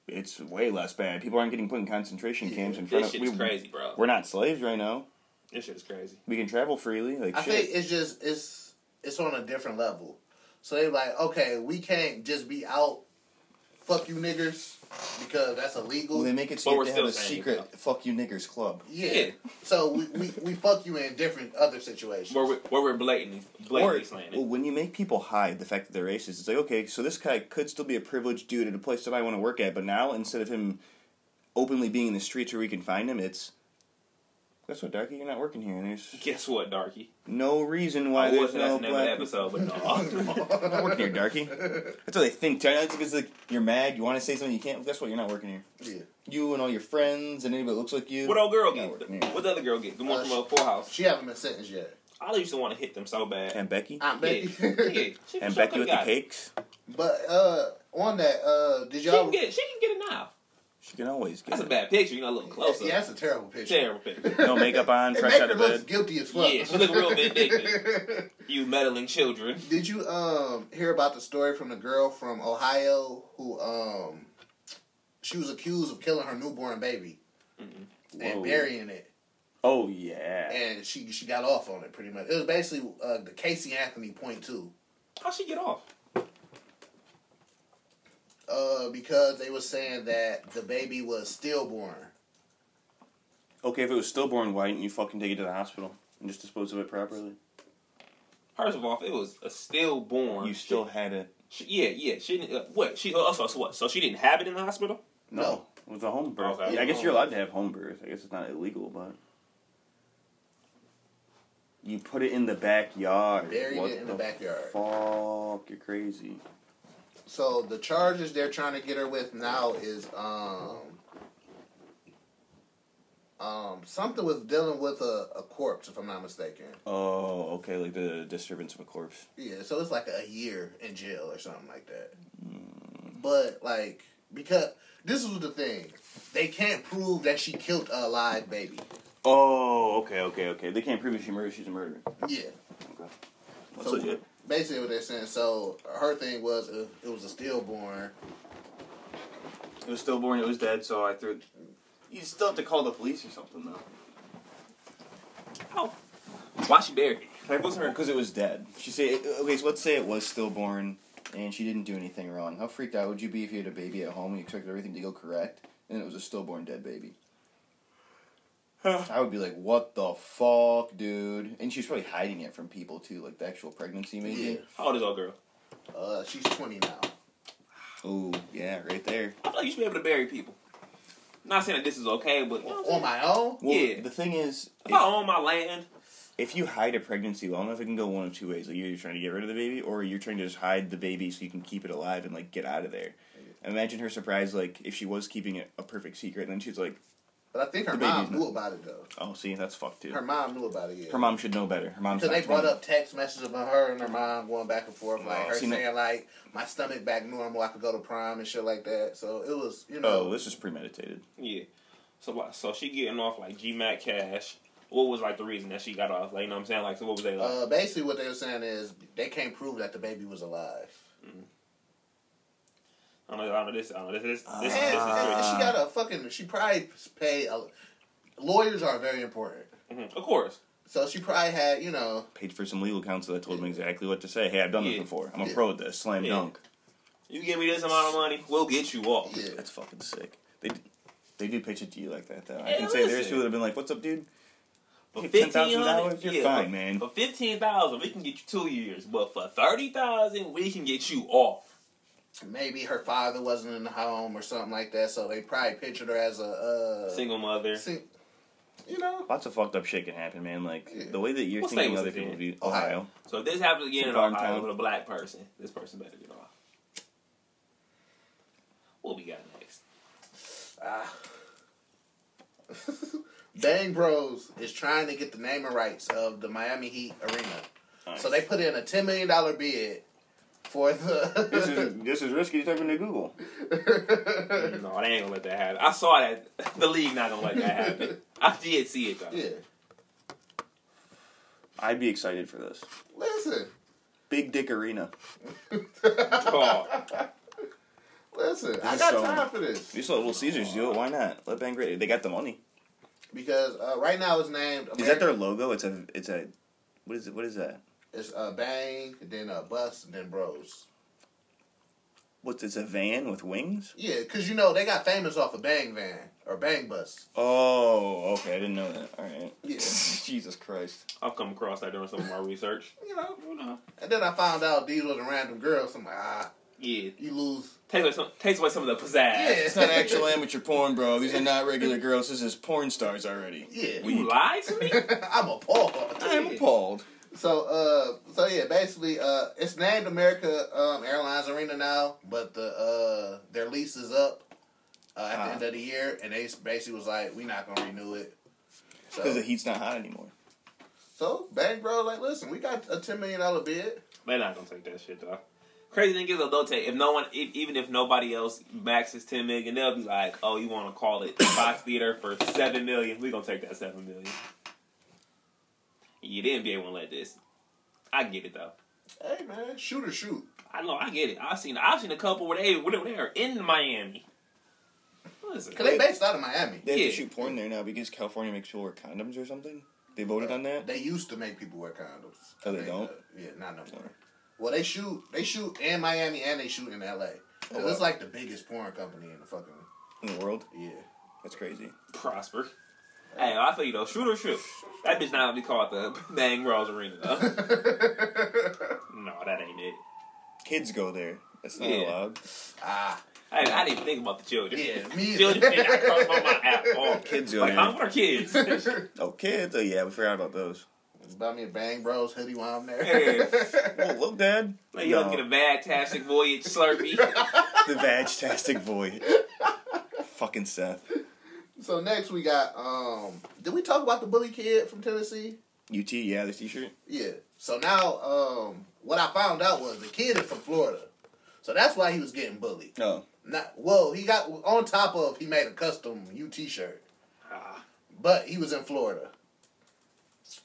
it's way less bad. People aren't getting put in concentration camps in front
This
of.
shit is
we-
crazy, bro.
We're not slaves right now.
This shit is crazy.
We can travel freely. Like
I
shit.
think it's just it's it's on a different level. So they're like, okay, we can't just be out, fuck you niggers, because that's illegal.
Well, they make it
But
so you
we're
have to have a
still saying
secret
it.
"fuck you niggers" club.
yeah.
Yeah.
So we, we, we fuck you in different other situations.
Where we're, where we're blatantly
Or
blatantly slaying
well,
it.
when you make people hide the fact that they're racist, it's like okay, so this guy could still be a privileged dude at a place that I want to work at, but now instead of him openly being in the streets where we can find him, it's guess what, Darky, you're not working here, and there's
Guess what, Darky?
no reason
I
why
was
there's
that's the
no
name of the
black.
episode, but no.
I'm not working here, Darky. That's what they think. Tony. That's because like you're mad, you want to say something, you can't. Guess what? You're not working here.
yeah.
You and all your friends and anybody that looks like you.
what old girl
Not
get?
working here.
What the other girl get? The one
Uh,
from uh, Full House.
She haven't been sentenced yet.
I used to want to hit them so bad.
And Becky.
Aunt Becky.
Yeah, yeah. She for
and
sure
Becky with the
got it.
cakes.
But uh, on that, uh, did
She
y'all?
can get it. She can get it now.
She can always get
That's a
it.
bad picture. You know, a little closer.
Yeah, that's a terrible picture.
Terrible picture.
no makeup on,
It
fresh
make
out
her
of
look
bed.
guilty as fuck.
Yeah, she look real vindictive. You meddling children.
Did you um hear about the story from the girl from Ohio who um she was accused of killing her newborn baby and
Whoa.
burying it,
Oh yeah.
and she she got off on it pretty much. It was basically uh, the Casey Anthony point two.
How she get off?
Uh, because they were saying that the baby was stillborn.
Okay, if it was stillborn, why didn't you fucking take it to the hospital and just dispose of it properly?
First of all, if it was a stillborn.
Oh,
You still
She,
had it.
she, yeah, yeah. She didn't. Uh, what? She. Uh, so, so what? So she didn't have it in the hospital.
No. It Oh, was a home birth.
Okay.
Yeah, I guess you're allowed to have home birth. I guess it's not illegal, but you put it in the backyard.
Buried it in the backyard.
Fuck, you're crazy.
So the charges they're trying to get her with now is um um something with dealing with a, a corpse, if I'm not mistaken.
Oh, okay, like the disturbance of a corpse.
Yeah, so it's like a year in jail or something like that. But like because this was the thing, they can't prove that she killed a live baby.
Oh, okay, okay, okay. They can't prove if she murdered. She's a murderer.
Yeah.
Okay, that's
So
legit.
basically what they're saying. So her thing was uh, it was a stillborn.
It was stillborn. It was dead. So I threw. You still have to call the police or something though.
How? Why she buried it?
That wasn't her because it was dead.
She say okay, so let's say it was stillborn and she didn't do anything wrong. How freaked out would you be if you had a baby at home and you expected everything to go correct and it was a stillborn dead baby? I would be like, what the fuck, dude? And she's probably hiding it from people too, like the actual pregnancy maybe.
How old is old girl?
Uh, she's twenty now.
Oh yeah, right there.
I feel like you should be able to bury people. Not saying that this is okay, but you know what I'm
On my own.
Well,
Yeah.
the thing is,
saying? if I
if,
own my land,
if you hide a pregnancy long enough, it can go one of two ways. Like you're trying to get rid of the baby, or you're trying to just hide the baby so you can keep it alive and like get out of there. Imagine her surprise, like if she was keeping it a perfect secret, and then she's like,
But I think her
The baby's
mom knew about it though.
"Oh, see, that's fucked too."
Her mom knew about it. Yeah.
Her mom should know better. Her mom's
Because
not
they brought
20.
up text messages of her and her mom going back and forth, like
Oh,
her
see, no-
saying like my stomach back normal, I could go to prom and shit like that. So it was, you know,
Oh, this is premeditated.
yeah. So what? So she getting off like GMAT cash. What was like the reason that she got off? Like you know what I'm saying? Like so what was they like?
uh, basically what they were saying is they can't prove that the baby was alive.
I don't know. I don't know this. I don't know this. This, this, this,
and,
is
and- and
crazy.
she got a fucking. She probably paid. A, lawyers are very important,
Mhm. Of course.
so she probably had, you know,
Paid for some legal counsel that told him exactly what to say. Hey, I've done this
Yeah.
before. I'm a
Yeah.
pro at this. Slam
Yeah.
dunk.
You give me this amount of money, we'll get you off.
yeah.
That's fucking sick. They they do pitch it to you like that though. I
Hey,
can say there's
listen.
people that have been like, "What's up, dude?"
For
Hey,
fifteen hundred
$10,000, you're fine, man.
For fifteen thousand, we can get you two years, but for thirty thousand, we can get you off.
Maybe her father wasn't in the home or something like that, so they probably pictured her as a uh,
Single mother.
sing- you know,
Lots of fucked up shit can happen, man. Like
Yeah.
the way that you're
What state
thinking
was
other
it in?
people view
Ohio.
Ohio.
So if this happens again in
Farm
Ohio
town.
with a black person, this person better get off. What we got next?
Bang Bros is trying to get the naming rights of the Miami Heat arena, so they put in a ten million dollar bid for the.
this is this is risky. Type into Google.
No, they ain't gonna let that happen. I saw that. The league not gonna let that happen. I did see it though.
yeah,
I'd be excited for this.
listen,
Big Dick Arena.
Oh,
listen. I
is
got
so-
time for this.
You saw Little Caesars do it. Why not? Let Bang Great. They got the money.
because uh, right now it's named. America,
Is that their logo? It's a it's a what is it? What is that?
It's uh, Bang, then uh, Bus, then Bros.
What's it's a van with wings?
Yeah, because you know they got famous off of Bang Van or Bang Bus.
Oh, okay. I didn't know that. All right.
Yeah.
Jesus Christ.
I've come across that during some of my research.
You know,
You know.
and then I found out these was a random girl. So I'm like, ah,
Yeah,
you lose.
takes away some takes away some of the pizzazz.
Yeah.
It's not actual amateur porn, bro. These are not regular girls. This is porn stars already.
Yeah,
You lied to me.
I'm a paw.
I'm appalled.
So, uh, so yeah, basically, uh, it's named America um, Airlines Arena now, but the uh, their lease is up uh, at the
Ah.
end of the year, and they basically was like, "We're not gonna renew it."
Because the
So,
heat's not hot anymore.
so Bang Bro, like, listen, we got a ten million dollar bid.
They're not gonna take that shit though. Crazy thing is, though, they'll take if no one, if, even if nobody else maxes ten million, they'll be like, "Oh, you want to call it the Fox Theater for seven million? We gonna take that seven million. Yeah, the NBA won't let this. I get it though.
Hey man, shoot or shoot.
I know, I get it. I've seen, I've seen a couple where they, where they are in Miami. Listen,
Cause they based out of Miami.
They have
Yeah.
to shoot porn there now because California makes people wear condoms or something. They voted on that.
They used to make people wear condoms.
Oh, they don't?
uh, yeah, not no more. Well, they shoot. They shoot in Miami and they shoot in L.A. 'Cause
Oh, wow.
it's like the biggest porn company in the fucking
In the world,
yeah.
that's crazy.
prosper. Hey, I feel you though. Shoot or shoot. That bitch not gonna be called the Bang Rose Arena though. no, that ain't it.
Kids go there. That's not
Yeah.
allowed.
Ah,
I, I didn't even think about the children.
yeah, me.
Children did not cross my mind at all.
Kids go
Like,
there.
I'm for kids.
Oh, kids. Oh, yeah. We forgot about those.
Buy me a Bang Bros hoodie while I'm there.
Yeah.
Oh, look, Dad.
Like, you don't
No.
get a bad tastic voyage slurpee.
the Vagtastic Voyage. Fucking Seth.
So next we got um did we talk about the bully kid from Tennessee?
UT, yeah, the t-shirt.
Yeah. So now um what I found out was the kid is from Florida. So that's why he was getting bullied.
Oh.
Not well, he got on top of he made a custom U t shirt.
Ah.
But he was in Florida.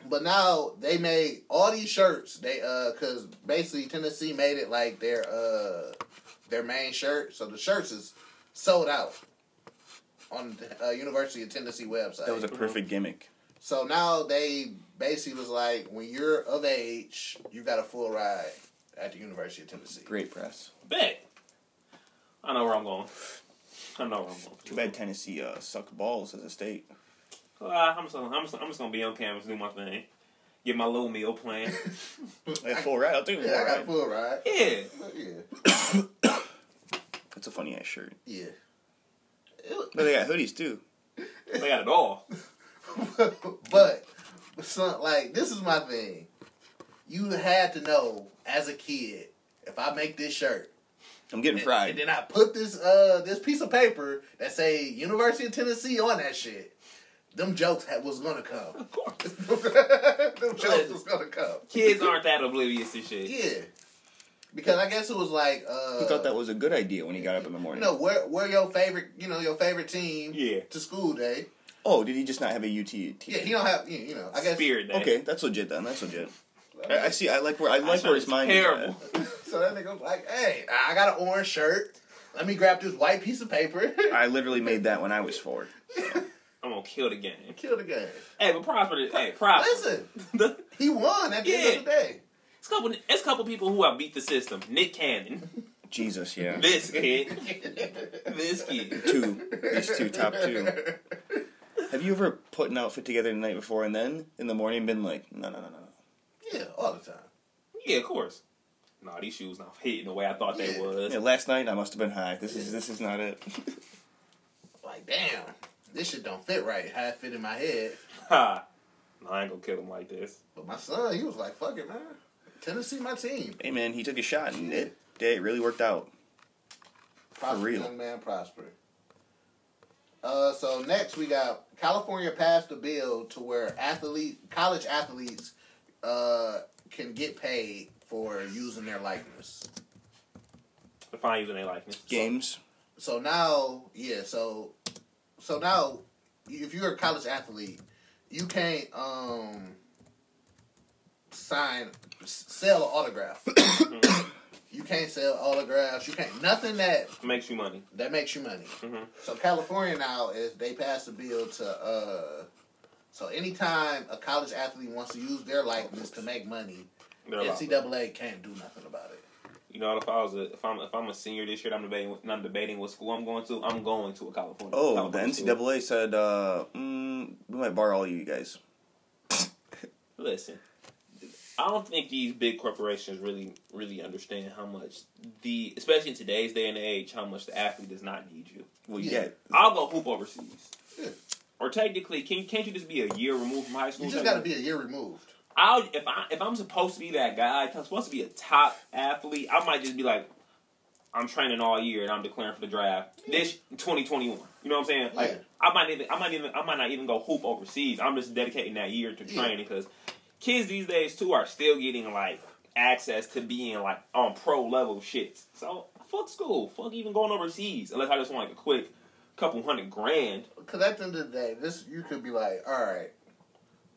But now they made all these shirts. They uh cause basically Tennessee made it like their uh their main shirt. So the shirts is sold out on the uh, University of Tennessee website.
That was a perfect gimmick.
So now they basically was like, when you're of age, you got a full ride at the University of Tennessee.
Great press.
Bet. I know where I'm going. I know where I'm going.
Too bad Tennessee uh, sucked balls as a state.
Uh, I'm, just, gonna- I'm, just, I'm just gonna be on campus, do my thing. Get my little meal plan.
Like, full ride. I'll take a full
Yeah, I got a
ride.
full ride.
yeah.
Yeah,
That's a funny ass shirt.
yeah.
But they got hoodies too.
They got it all.
but so, like, this is my thing. You had to know as a kid, if I make this shirt,
I'm getting
and,
fried.
and then I put this uh this piece of paper that say University of Tennessee on that shit. Them jokes ha- was gonna come.
Of course.
Them jokes was gonna come.
Kids aren't that oblivious to shit.
Yeah. Because I guess it was like uh
he thought that was a good idea when he got up in the morning.
you know, wear wear your favorite you know, your favorite team
Yeah.
to school day.
Oh, did he just not have a UT? T-shirt?
Yeah, he don't have you you know, I guess
Spirit day.
Okay, that's legit then. That's legit. I, I see. I like where I
That
like
shit
where his
is
mind.
Terrible.
Is
So that nigga was like, Hey, I got an orange shirt. Let me grab this white piece of paper.
at. I literally made that when I was four.
I'm gonna kill the game.
Kill the game.
Hey, but Prosper, hey, Prosper.
Listen,
The-
he won at the end of the day.
It's couple. It's couple people who have beat the system. Nick Cannon,
Jesus, yeah.
this kid, this kid.
two. These two top two. Have you ever put an outfit together the night before and then in the morning been like, no, no, no, no, no.
Yeah, all the time.
Yeah, of course. Nah, these shoes not hitting the way I thought they
Yeah.
was.
Yeah, last night I must have been high. This is this is not it.
Like, damn, this shit don't fit right. How it fit in my head.
Ha! Nah, I ain't gonna kill them like this.
But my son, he was like, fuck it, man. Tennessee, my team.
hey man, he took a shot and it, it really worked out.
Prosper,
real.
young man, prosper. Uh, so next we got California passed a bill to where athlete, college athletes, uh, can get paid for using their likeness.
If I ain't using their likeness.
Games.
So now, yeah, so so now, if you're a college athlete, you can't um sign s- sell an autograph. you can't sell autographs. You can't nothing that
Makes you money.
that makes you money. So California now is they passed a bill to uh so anytime a college athlete wants to use their likeness to make money,
They're allowed.
NCAA can't do nothing about it.
You know, if I was a, if I'm if I'm a senior this year, I'm debating and I'm debating what school I'm going to. I'm going to a California.
Oh, the
California school.
NCAA said, uh, mm, we might bar all you guys.
Listen, I don't think these big corporations really really understand how much the especially in today's day and age how much the athlete does not need you.
Well,
Yeah.
yeah.
I'll go hoop overseas.
Yeah.
Or technically, can can't you just be a year removed from high school?
You just got to be a year removed.
I'll if I if I'm supposed to be that guy, if I'm supposed to be a top athlete, I might just be like, I'm training all year and I'm declaring for the draft this 2021. You know what I'm saying? Like
Yeah.
I might even I might even I might not even go hoop overseas. I'm just dedicating that year to
Yeah.
training because kids these days too are still getting like access to being like on pro level shits. So fuck school, fuck even going overseas unless I just want like a quick couple hundred grand.
Because at the end of the day, this you could be like, all right,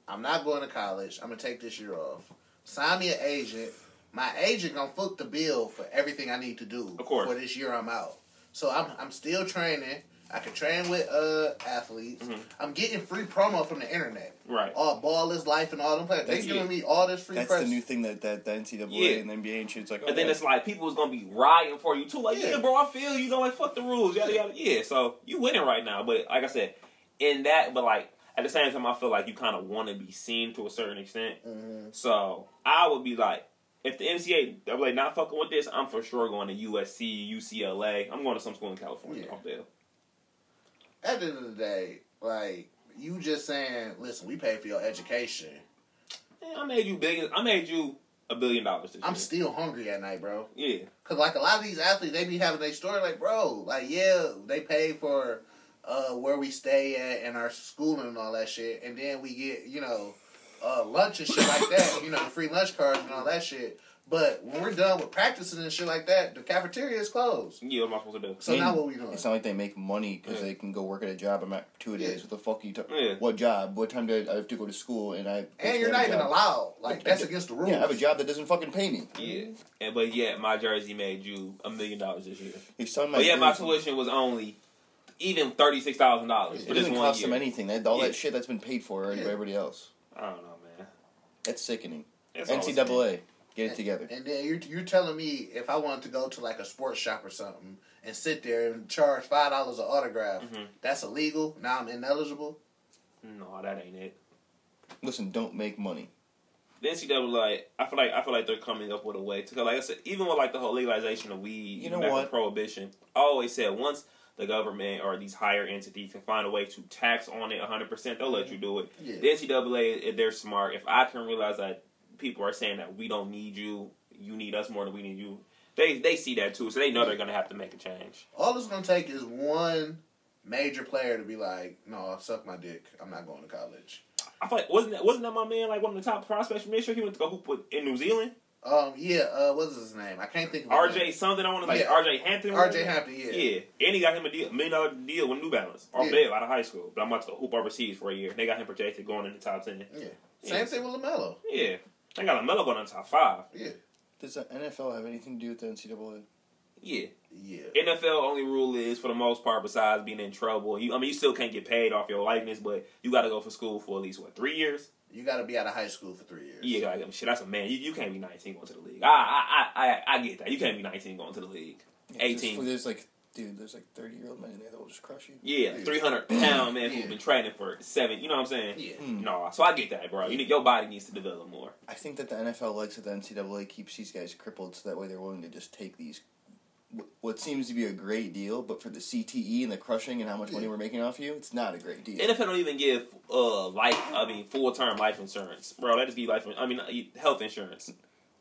I'm not going to college. I'm gonna take this year off. Sign me an agent. My agent gonna foot the bill for everything I need to do
Of course.
for this year I'm out. So I'm I'm still training. I can train with uh athletes. I'm getting free promo from the internet.
Mm-hmm. Right.
All ball is life and all them players. They
That's
giving
it.
me all this free
That's
press.
the new thing that, that the NCAA
Yeah.
and NBA and shit's like.
And then
okay.
it's like people is gonna be rioting for you too. Like, yeah,
Yeah.
bro, I feel you. you know, like fuck the rules, yada yada. Yeah, so you winning right now. But like I said, in that, but like at the same time, I feel like you kind of want to be seen to a certain extent.
Mm-hmm.
So I would be like, if the NCAA not fucking with this, I'm for sure going to USC, UCLA. I'm going to some school in California.
Yeah.
Off there.
at the end of the day, like you just saying, listen, we pay for your education.
Man, I made you billion. I made you a billion dollars. This
I'm
year.
still hungry at night, bro.
yeah.
Cause like a lot of these athletes, they be having their story like, bro, like yeah, they pay for uh, where we stay at and our schooling and all that shit, and then we get you know uh, lunch and shit like that, you know, the free lunch cards and all that shit. But when we're done with practicing and shit like that, the cafeteria is closed.
Yeah. What am I supposed to do?
So
And
now what we doing?
It's not like they make money because
Yeah.
they can go work at a job. I'm at two days.
Yeah.
What the fuck you? T-
Yeah.
What job? What time do I, I have to go to school? And I
And you're
I
not
have a
even
job.
allowed. Like that's against the rules.
Yeah, I have a job that doesn't fucking pay me.
Yeah. And but yeah, my jersey made you a million dollars this year.
He's selling my.
But Oh, yeah, my
jersey.
tuition was only even thirty six thousand dollars
It
for this
doesn't
one
cost
year.
them anything. That all
Yeah.
that shit that's been paid for already by
Yeah.
everybody else.
I don't know, man.
That's sickening.
It's always-
NCAA, get it together.
And then you're, you're telling me if I wanted to go to like a sports shop or something and sit there and charge five dollars an autograph, that's illegal. Now I'm ineligible.
No, that ain't it.
Listen, don't make money.
The NCAA, I feel like I feel like they're coming up with a way to like I said, even with like the whole legalization of weed,
You know
back with
what?
prohibition. I always said once the government or these higher entities can find a way to tax on it hundred percent, they'll let you do it.
Yeah.
The NCAA, if eh, they're smart. If I can realize that people are saying that we don't need you, you need us more than we need you. They they see that too, so they know they're gonna have to make a change.
All it's gonna take is one major player to be like, "No, suck my dick. I'm not going to college."
I feel like wasn't that wasn't that my man like one of the top prospects from this year? He went to go hoop with, in New Zealand.
Um, yeah. Uh, what's his name? I can't think of his
RJ
name.
something. I want to like
Yeah.
RJ Hampton.
RJ Hampton. Yeah.
Yeah, and he got him a deal, million dollar deal with New Balance or
Yeah.
bail out of high school. But I'm about to go hoop overseas for a year. They got him projected going in the top ten.
Yeah.
Yeah.
Same thing with Lamelo.
Yeah, they got a Melo going in the top five.
Yeah.
Does the NFL have anything to do with the NCAA?
Yeah,
Yeah.
NFL only rule is for the most part, besides being in trouble, you I mean you still can't get paid off your likeness, but you got to go for school for at least what three years.
You got to be out of high school for three years.
Yeah, like, shit, that's a man. You, you can't be 19 going to the league. I I I I, I get that. You can't be 19 going to the league.
It's just-
18.
There's like dude, there's like thirty year old men in there that will just crush you.
Yeah, three hundred pound man who's been training for seven. You know what I'm saying?
Yeah.
Mm.
Nah, so I get that, bro. You need, your body needs to develop more.
I think that the NFL likes that the NCAA keeps these guys crippled, so that way they're willing to just take these. wh- What seems to be a great deal, but for the CTE and the crushing and how much money we're making off you, it's not a great deal.
NFL don't even give uh life. I mean, full term life insurance, bro. That just be life. I mean, uh, health insurance.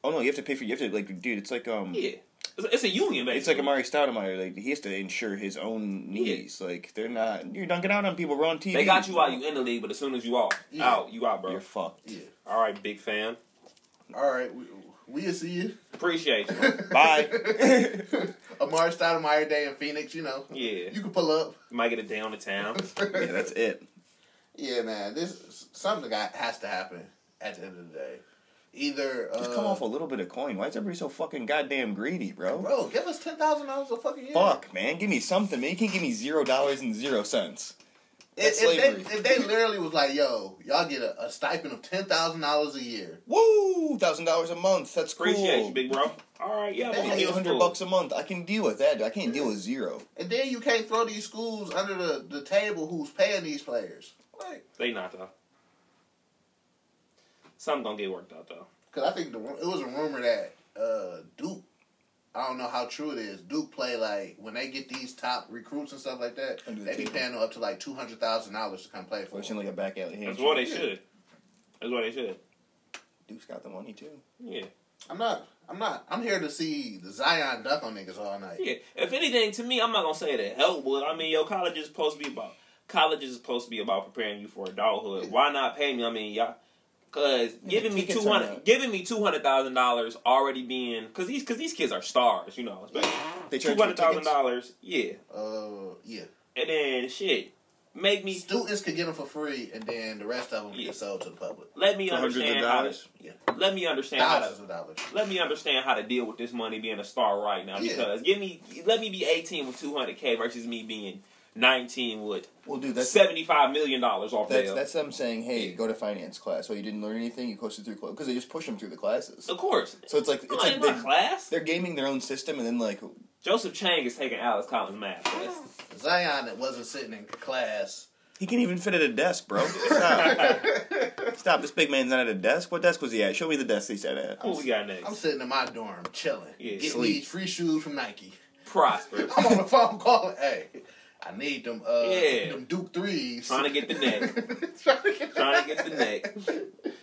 Oh no, you have to pay for. You have to like, dude. It's like um.
Yeah, it's, it's a union. Basically.
It's like Amari Stoudemire. Like he has to insure his own knees. Like they're not. You're dunking out on people. We're on TV.
They got you while you in the league, but as soon as you off,
Yeah.
out, you out, bro.
You're fucked.
Yeah.
All right, big fan.
All right. We, we'll see you.
Appreciate you.
Bye.
Amari Stoudemire Day in Phoenix, you know.
Yeah.
You can pull up.
Might get a day on the town.
yeah, that's it.
Yeah, man. This something got, has to happen at the end of the day. Either uh,
Just come off a little bit of coin. Why is everybody so fucking goddamn greedy, bro?
bro, give us ten thousand dollars a fucking year.
Fuck, man. Give me something, man. You can't give me zero dollars and zero cents.
If,
That's
if, they,
slavery.
if they literally was like, yo, y'all get a, a stipend of ten thousand dollars a year.
Woo! Thousand dollars a month. That's cool.
Appreciate you, big bro. All right, yeah,
Hey,
man.
Eight hundred bucks a month. I can deal with that. dude. I can't deal with zero.
And then you can't throw these schools under the, the table who's paying these players. Like,
They not though. Some gonna get worked out though.
cause I think the, ru- it was a rumor that uh, Duke, I don't know how true it is. Duke play like when they get these top recruits and stuff like that,
Under the
they be
table.
paying them up to like two hundred thousand dollars to come play for.
Which in
Them.
like a back alley.
That's
handshake.
what they should. That's what they should.
Duke's got the money too.
Yeah,
I'm not. I'm not. I'm here to see the Zion dunk on niggas all night.
yeah. If anything, to me, I'm not gonna say that help, but I mean, yo, college is supposed to be about college is supposed to be about preparing you for adulthood. Why not pay me? I mean, y'all. Cause giving me
tickets
two
are
hundred,
not-
giving me two hundred thousand dollars already being, cause these, cause these kids are stars, you know.
They
Two
charge you
hundred
for
thousand
tickets.
dollars, yeah.
Uh, yeah.
And then shit, make me
Students could get them for free, and then the rest of them
Yeah.
get sold to the public.
let me
For hundreds of
understand how to,
dollars?
Yeah.
let me understand how to
Thousands of dollars.
let me understand how to deal with this money being a star right now
Yeah.
because give me let me be 18 with 200k versus me being 19 with
Well, dude, that's
75 million dollars off
that's
bail.
that's them saying, hey, go to finance class. Well, you didn't learn anything. You coasted through because they just push them through the classes.
of course.
So it's like it's
I'm
like
in my
they,
class.
they're gaming their own system, and then like
Joseph Chang is taking Alice Collins math test.
Zion that wasn't sitting in class.
He can't even fit at a desk, bro. Stop. Stop. This big man's not at a desk. What desk was he at? Show me the desk he sat at.
Oh,
Who we got
I'm
next?
sitting in my dorm chilling,
Yeah,
getting
sleep.
these free shoes from Nike.
Prosper.
I'm on the phone calling. Hey, I need them. Uh,
Yeah.
them Duke threes.
Trying to get the neck.
Trying to get.
Trying to get the neck.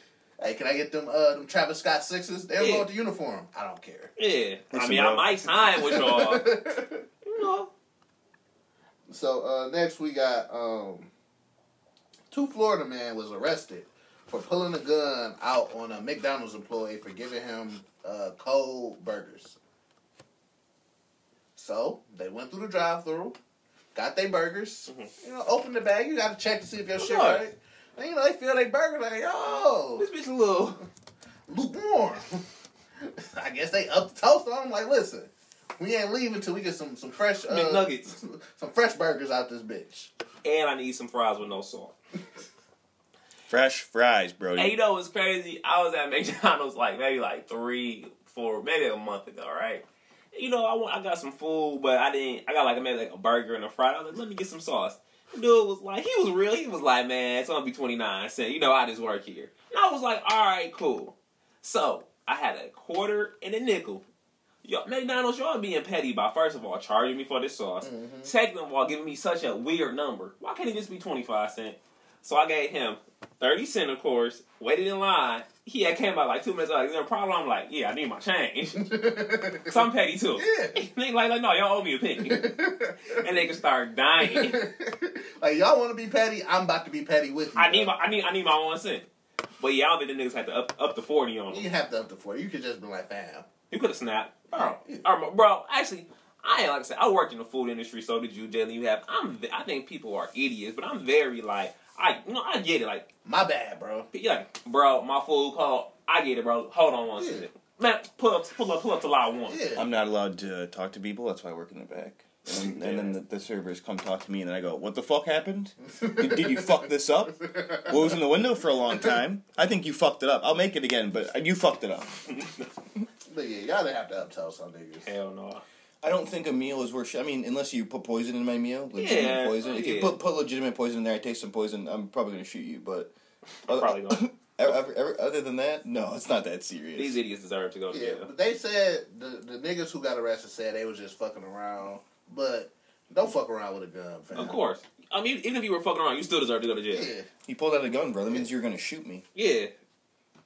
Hey, can I get them? Uh, them Travis Scott sixes. They don't
Yeah.
go with the uniform. I don't care.
Yeah. I
Listen,
mean, I
bro.
might sign with y'all. you know.
So uh, next we got um, two Florida man was arrested for pulling a gun out on a McDonald's employee for giving him uh, cold burgers. So they went through the drive-through, got their burgers. You know, open the bag. You got to check to see if your shit
Mm-hmm. course.
right. And you know they feel they burger like yo
This bitch a little.
lukewarm. I guess they up the toast on. 'em, like, listen, we ain't leaving till we get some some fresh uh,
McNuggets.
some fresh burgers out this bitch.
And I need some fries with no salt.
Fresh fries, bro.
And you know what's crazy? I was at McDonald's like maybe like three, four, maybe a month ago, right? You know, I want, I got some food, but I didn't. I got like maybe like a burger and a fry. I was like, let me get some sauce. The dude was like, he was real. He was like, man, it's gonna be twenty nine cent. You know, I just work here. And I was like, all right, cool. So I had a quarter and a nickel. Yo, McDonald's, y'all being petty by first of all charging me for this sauce. Second of all, giving me such a weird number. Why can't it just be twenty five cent? So I gave him 30 cent, of course, waited in line. He had came out like two minutes later. Is there a problem? I'm like, yeah, I need my change. Cause I'm petty too.
Yeah.
Nigga like, like, no, y'all owe me a penny. and they can start dying.
like y'all want to be petty? I'm about to be petty with you.
I need
bro.
my, I need, I need my one cent. But yeah, I don't think the niggas had to up, up the 40 on
You
them.
didn't have to up to four. You could just be like, fam.
You could have snapped. Bro, or- bro, actually, I ain't like I said, I worked in the food industry, so did you, Jalen. You have, I'm, ve- I think people are idiots, but I'm very like, I, you know, I get it. Like,
My bad, bro.
You're like, bro, my food called. I get it, bro. Hold on one
Yeah.
second. Man, pull up, pull up, pull up to lot one.
Yeah.
I'm not allowed to talk to people. That's why I work in the back. And, then- and then the, the servers come talk to me, and then I go, "What the fuck happened? Did, did you fuck this up? What was in the window for a long time? I think you fucked it up. I'll make it again, but you fucked it up."
but yeah, y'all didn't have to up toast on niggas.
Hell no.
I don't think a meal is worth. Sh- I mean, unless you put poison in my meal, legitimate
Yeah,
poison. If you
yeah.
put put legitimate poison in there, I taste some poison. I'm probably gonna shoot you. But
Probably not.
ever, ever, ever- other than that, no, it's not that serious.
These idiots deserve to go to
Yeah,
jail.
but they said the the niggas who got arrested said they was just fucking around, but don't fuck around with a gun, fam.
Of course. I mean, even if you were fucking around, you still deserve to go to jail.
Yeah.
He pulled out a gun, bro. That means you're gonna shoot me.
Yeah.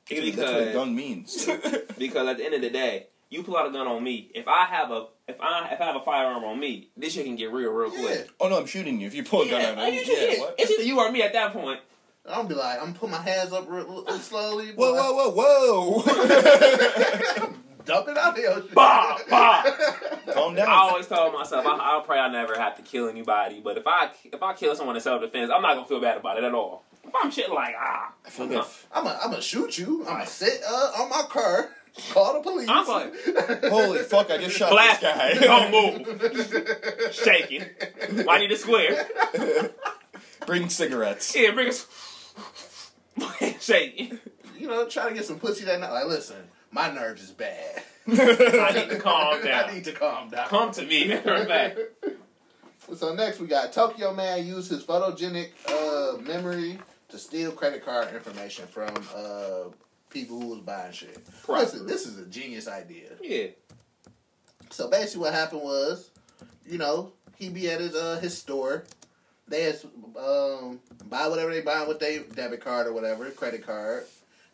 That's what a
Because,
gun means.
because at the end of the day, you pull out a gun on me. If I have a if I if I have a firearm on me, this shit can get real real
Yeah.
quick.
oh no, I'm shooting you. If you pull a gun
Yeah,
out,
like,
I'm,
you should
yeah,
get-
what?
it's either you or me at that point.
I'm gonna be like, I'm gonna put my hands up real, real slowly.
Whoa,
boy.
whoa, whoa, whoa!
Dump it out of your shit.
Bah, bah.
Calm
I
down.
always told myself I, I'll pray I never have to kill anybody, but if I if I kill someone in self defense, I'm not gonna feel bad about it at all. If I'm shit like ah,
I feel like
I'm gonna I'm shoot you. I'm gonna sit uh, on my car, call the police.
I'm like,
holy fuck! I just shot
blast
this guy.
guy, don't move, shaking. Why need a square?
Bring cigarettes.
Yeah, bring us shaking.
you know, try to get some pussy that night. Like, listen, my nerves is bad.
I need to calm
I need
down.
to calm down.
Come to me, matter back.
So next we got Tokyo Man used his photogenic uh, memory to steal credit card information from uh, people who was buying shit.
Right.
Listen, this is a genius idea.
Yeah,
So basically, what happened was, you know, he be at his uh his store. They has, um buy whatever they buy with their debit card or whatever credit card.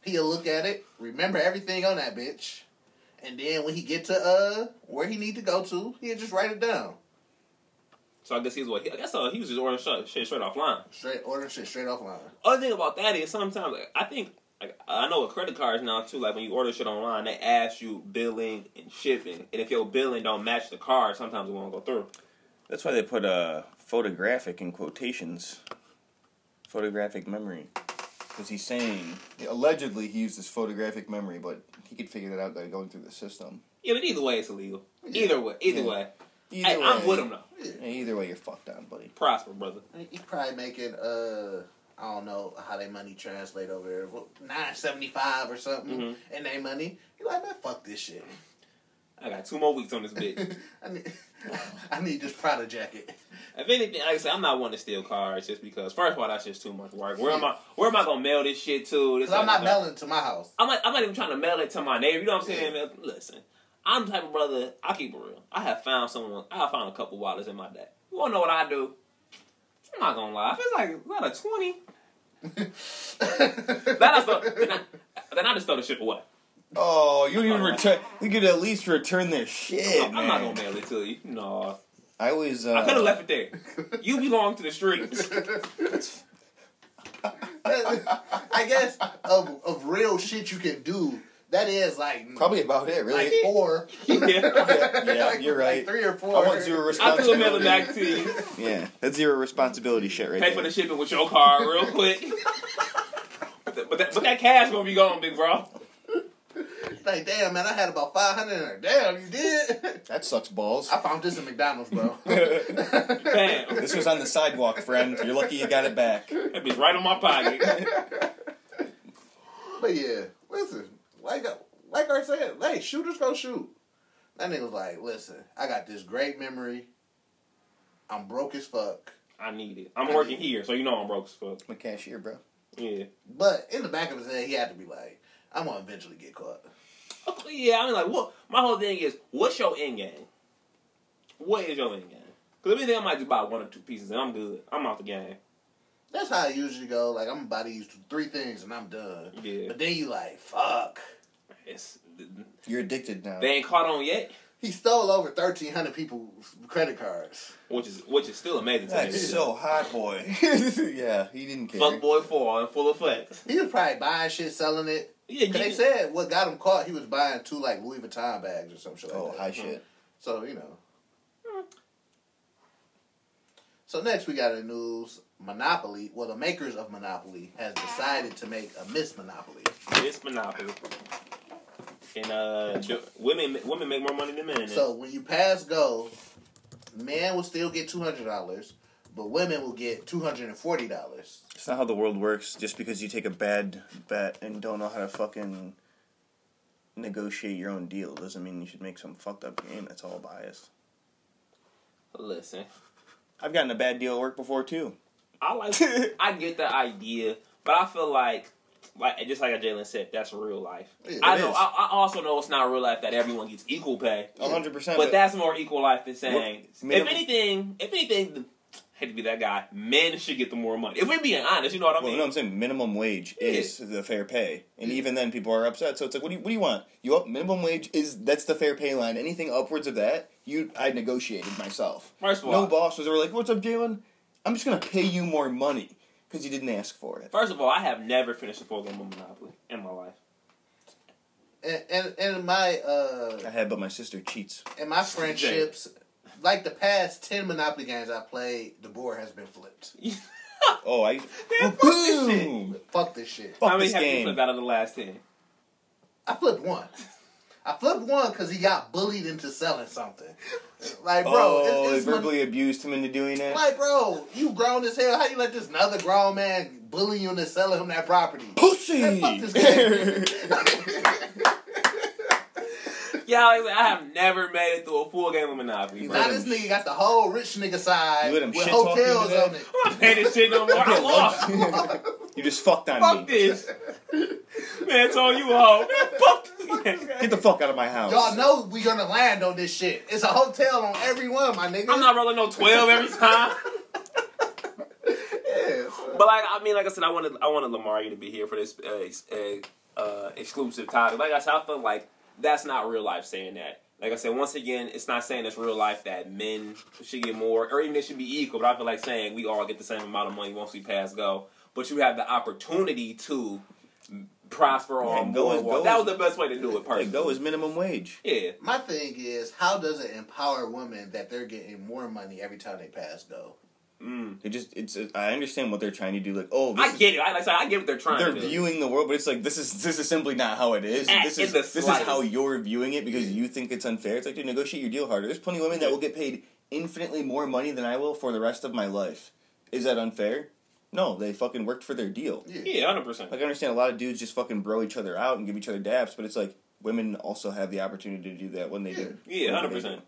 He'll look at it, remember everything on that bitch, and then when he get to uh where he need to go to, he'll just write it down.
so I guess he's what I guess uh, he was just ordering shit, shit straight offline.
Straight order shit straight offline.
other thing about that is sometimes like, I think like I know with credit cards now too. Like when you order shit online, they ask you billing and shipping, and if your billing don't match the card, sometimes it won't go through.
That's why they put uh, photographic in quotations. Photographic memory. Because he's saying,
Allegedly, he used his photographic memory, but he could figure that out by going through the system.
Yeah, but either way, it's illegal. Either way, either
Yeah.
way.
Either
Hey, I'm
way-
with him though.
Yeah, Either way, you're fucked on, buddy.
Prosper, brother.
He's probably making uh I don't know how they money translate over there, nine seventy five or something,
Mhm.
Mm-hmm.
and they money. He like man, fuck this shit.
I got two more weeks on this bitch.
I need, I need this Prada jacket.
if anything, like I said, I'm not one to steal cards just because first of all, that's just too much work. Where am I? Where am I gonna mail this shit to? This
Cause I'm
that,
not
that.
mailing to my house.
I'm not, I'm not even trying to mail it to my neighbor. You know what I'm saying? man? Listen, I'm the type of brother, I keep it real. I have found someone, I have found a couple wallets in my day. You wanna know what I do? I'm not gonna lie. If it's like about a 20, then I, throw, then, I, then I just throw the shit away.
Oh, you don't even
Oh, yeah.
return. You could at least return their shit,
I'm,
man.
I'm not gonna mail it to you. No.
I always. Uh,
I could have left it there. You belong to the streets.
I guess of of real shit you can do. That is like
Probably about it, really.
like four.
yeah.
yeah, you're right.
Like three or
I
four.
want zero
I could have
responsibility.
mailed it back to you.
yeah, that's zero responsibility shit right
Pay for
there.
the shipping with your card real quick. But that, but that, but that cash gonna be gone, big bro.
Like damn man, I had about five hundred in there. Damn, you did.
that sucks balls.
I found this in McDonald's, bro.
Bam.
This was on the sidewalk, friend. You're lucky you got it back.
That bitch right on my pocket.
But yeah, listen, like like I said, hey, shooters go shoot. That nigga was like, listen, I got this great memory. I'm broke as fuck.
I need it. I'm working here, so you know I'm broke as fuck.
I'm a cashier, bro.
Yeah.
But in the back of his head, he had to be like, I'm gonna eventually get caught.
Oh, Yeah, I mean, like, what? My whole thing is, what's your end game? What is your end game? Because if anything, I might just buy one or two pieces and I'm good. I'm out the game.
That's how I usually go. Like, I'm about to use three things and I'm done.
Yeah.
But then you like, fuck.
It's,
You're addicted now.
they ain't caught on yet,
He stole over 1,300 people's credit cards.
which is which is still amazing to me.
That's so hot, boy. yeah, he didn't care.
Fuck boy four in full effect.
He was probably buying shit, selling it.
Yeah,
Cause they
you,
said what got him caught, he was buying two like Louis Vuitton bags or some shit.
Oh,
like that.
high shit.
So you know. So next we got a news. Monopoly. Well, the makers of Monopoly has decided to make a Miss Monopoly.
it's monopoly. And uh, jo- women women make more money than men.
So when you pass go, men will still get two hundred dollars, but women will get two hundred and forty dollars.
It's not how the world works. Just because you take a bad bet and don't know how to fucking negotiate your own deal doesn't mean you should make some fucked up game that's all biased.
Listen,
I've gotten a bad deal at work before too.
I like I get the idea, but I feel like like just like Jalen said, that's real life.
Yeah,
I
it
know.
is.
I, I also know it's not real life that everyone gets equal pay,
A hundred percent.
but that's more equal life than saying if
minimum-
anything, if anything, the- hate to be that guy. Men should get the more money. If we're being honest, you know what I
Well,
mean.
no, I'm saying minimum wage is the fair pay, and even then, people are upset. So it's like, what do you what do you want? You want minimum wage is that's the fair pay line. Anything upwards of that, you I negotiated myself.
First of all-
no boss was ever like, "What's up, Jalen? I'm just gonna pay you more money because you didn't ask for it."
First of all, I have never finished a full game of Monopoly in my life.
And, and, and in my uh,
I had, but my sister cheats.
in my friendships, like the past ten Monopoly games I played, the board has been flipped.
Oh, I
Man, fuck this shit.
boom.
Fuck this shit.
Fuck
How many
this
have you
game.
flipped out of the last ten?
I flipped one. I flipped one because he got bullied into selling something. Like, bro,
oh,
it-
they
it's mon-
verbally abused him into doing it.
like, bro, you grown as hell. How you let this another grown man bully you into selling him that property?
Pussy.
Man, fuck this game.
Yeah, like I said, I have never made it through a full game of Monopoly. Bro.
now this nigga got the whole rich nigga side
You let him
with
shit-talk you
hotels
to
on it.
I'm not paying this shit no more. I lost.
you just fucked on me.
Fuck this. Man, told you all. Man, fuck this.
Get the fuck out of my house.
Y'all know we gonna land on this shit. It's a hotel on every one, my nigga.
I'm not rolling no 12 every time.
Yeah.
But like I mean, like I said, I wanted I wanted Lamari to be here for this uh, ex- uh, uh, exclusive topic. Like I said, I feel like that's not real life saying that. Like I said, once again, it's not saying it's real life that men should get more or even it should be equal. But I feel like saying we all get the same amount of money once we pass go, but you have the opportunity to prosper on
Yeah, go
more.
as-
wealth.
go
that
as-
was the best way to do it.
Hey,
Personally,
go is minimum wage.
yeah.
My thing is, how does it empower women that they're getting more money every time they pass go?
Mm.
It just it's uh, I understand what they're trying to do. Like oh, this
I get it. I, like I said, I get what they're trying
they're
to do.
viewing the world, but it's like this is this is simply not how it is.
At-
this
in
is
the
this is
slightest.
how you're viewing it because you think it's unfair. It's like to negotiate your deal harder. There's plenty of women that will get paid infinitely more money than I will for the rest of my life. Is that unfair? No, they fucking worked for their deal.
yeah, hundred percent.
Like I understand a lot of dudes just fucking bro each other out and give each other dabs, but it's like women also have the opportunity to do that when they do.
Yeah,
whatever
hundred
they do.
percent.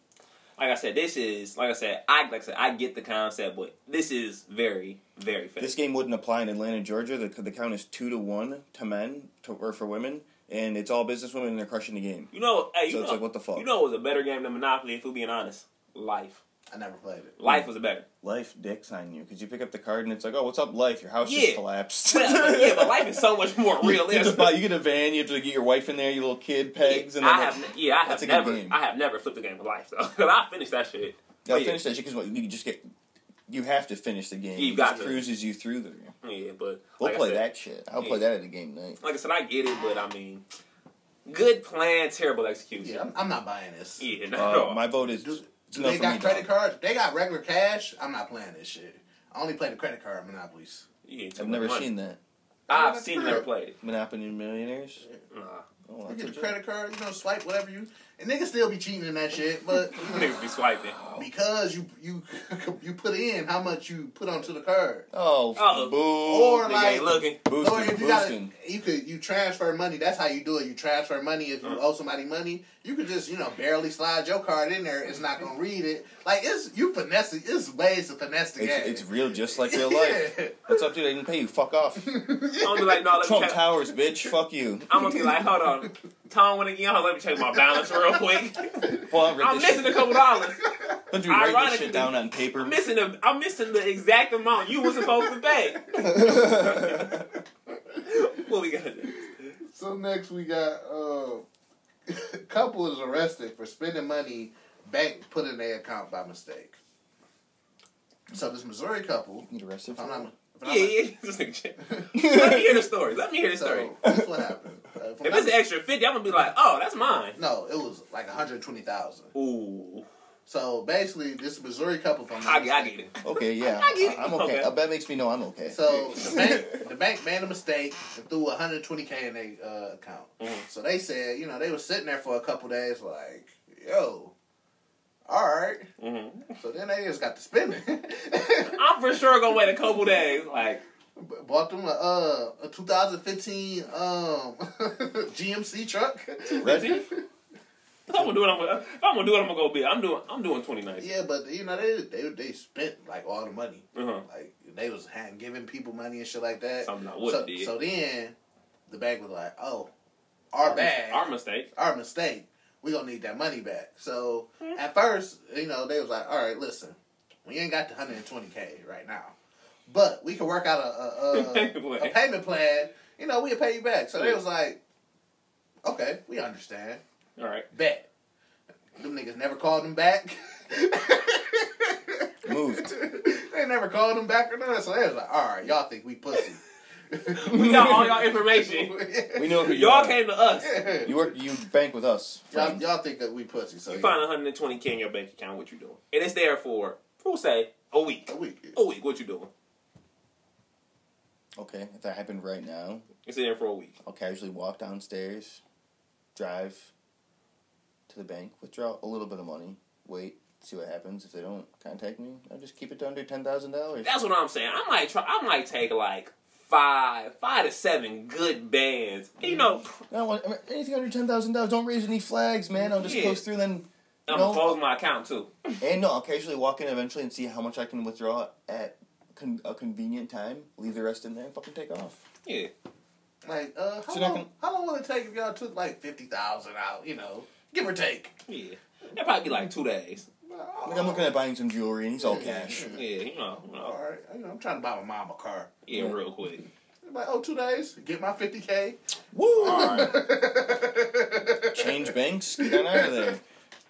Like I said, this is like I said, I like I said, I get the concept, but this is very, very fake.
This game wouldn't apply in Atlanta, Georgia. The, the count is two to one to men to, or for women, and it's all business women and they're crushing the game.
you know, hey, you
So
know,
it's like, what the fuck?
You know, it was a better game than Monopoly. If we're being honest, life,
I never played it.
Hmm.
life was better.
Life dicks on you because you pick up the card and it's like, oh, what's up, life? Your house
Yeah.
just collapsed.
But, but yeah, but life is so much more
You- You, have to
realistic.
buy, you get a van. You have to get your wife in there. Your little kid pegs. And then
I
like-
have, ne- yeah, I
That's
have
a good
never,
game.
I have never flipped a game of life though. Cause I finished that shit.
Now,
yeah.
finish that shit because you just get. You have to finish the game.
You
it
got
just
to.
cruises you through there.
Yeah, but
We'll
like I
play
said-
that shit. I'll play
Yeah.
that at a game night.
Like I said, I get it, but I mean, good plan, terrible execution.
Yeah, I'm, I'm not buying this.
Yeah, no.
Uh, my vote is.
Do,
it's
do
no
they
for me,
got credit
dog.
cards? They got regular cash. I'm not playing this shit. I only play the credit card monopolies.
yeah,
I've never seen that.
I've seen Uh, it, never played it.
Monopoly Millionaires.
Nah.
Oh,
You
that's
get a
legit.
credit card, you know, swipe whatever you. And niggas still be cheating in that shit, but
Niggas be swiping.
because you you you put in how much you put onto the card,
Oh,
Oh.
boo.
Or
Nigga
like-
ain't looking.
or
boosting,
if you got
boosting.
you could you transfer money. That's how you do it. You transfer money if you
Uh.
owe somebody money. You could just you know barely slide your card in there. It's not gonna read it. Like it's you finesse. it. It's ways to finesse the game.
It's, it's real, just like real life.
Yeah.
What's up, dude? I didn't pay you. Fuck off.
I'm gonna be like, no, let me
Trump
check.
Towers, bitch. Fuck you.
I'm gonna be like, hold on, Tom went again. Hold on, let me check my balance real quick.
Well, I'm,
I'm
this
missing
shit.
a couple dollars.
Don't you write this
ironically-
shit down on paper?
I'm missing the I'm missing the exact amount you were supposed to pay. what we gonna do?
So next we got uh, couple is arrested for spending money bank put in their account by mistake. So this Missouri couple,
Need arrested
if I'm
for
not,
that?
if I'm
Yeah,
not-
yeah. This nigga shit. Let me hear the story. Let me hear the story.
So that's what happened. Uh, if I'm
If it's an
not-
extra fifty, I'm gonna be like, oh, that's mine.
no, it was like one hundred twenty thousand.
Ooh,
So basically, this Missouri couple from
I, I get it.
Okay, yeah. I, am okay.
Okay.
Uh, That makes me know I'm okay.
So the bank, the bank made a mistake and threw 120k in their uh, account.
Mhm.
So they said, you know, they were sitting there for a couple days, like, yo, all right.
Mhm.
So then they just got to spending.
I'm for sure gonna wait a couple days. Like,
Bought them a, uh, a 2015 um, GMC truck.
Red,
If I'm gonna do it, I'm gonna, if I'm gonna do it, I'm gonna go big. I'm doing, I'm doing 29.
Yeah, but you know they they they spent like all the money,
Uh-huh.
like they was ha- giving people money and shit like that.
Something I wouldn't
so,
did.
so then the bank was like, "Oh, our bag,
Our mistake.
our mistake. We gonna need that money back. So at first, you know, they was like, "All right, listen, we ain't got the hundred and twenty k right now, but we can work out a a,
Payment
a,
plan.
a payment plan. You know, we'll pay you back." So they was like, "Okay, we understand.
All right.
Bet." Them niggas never called them back.
Moved.
they never called them back or nothing. So they was like, "All right, y'all think we pussy."
We got all y'all information.
We know who you
Y'all
are.
came to us.
You work. You bank with us.
y'all,
Friend.
y'all think that we pussy. So
You
yeah.
find 120k in your bank account. What you doing? And it's there for, we'll say, a week.
a week.
A week. What you doing?
Okay, if that happened right now,
It's in there for a week.
I'll casually walk downstairs, drive to the bank, withdraw a little bit of money, wait, see what happens. If they don't contact me, I'll just keep it down to ten thousand dollars.
That's what I'm saying. I might try. I might take like five, five to seven good bands. You know,
I don't want I mean, anything under ten thousand dollars. Don't raise any flags, man. I'll just
Yeah.
close through then.
I'm
No.
gonna close my account too.
And no, I'll casually walk in eventually and see how much I can withdraw at con- a convenient time. Leave the rest in there and fucking take off.
Yeah,
Like, uh, how,
So that
long,
can-
how long would it take if y'all took like 50,000 out, you know, give or take?
yeah. That'd probably be like two days.
Like I'm looking at buying some jewelry and it's all cash.
Yeah, you know, you
All
know.
right, you know, I'm trying to buy my mom a car.
yeah, real quick.
I'm like, oh, two days, get my 50K.
Woo! Change banks, get on out of there.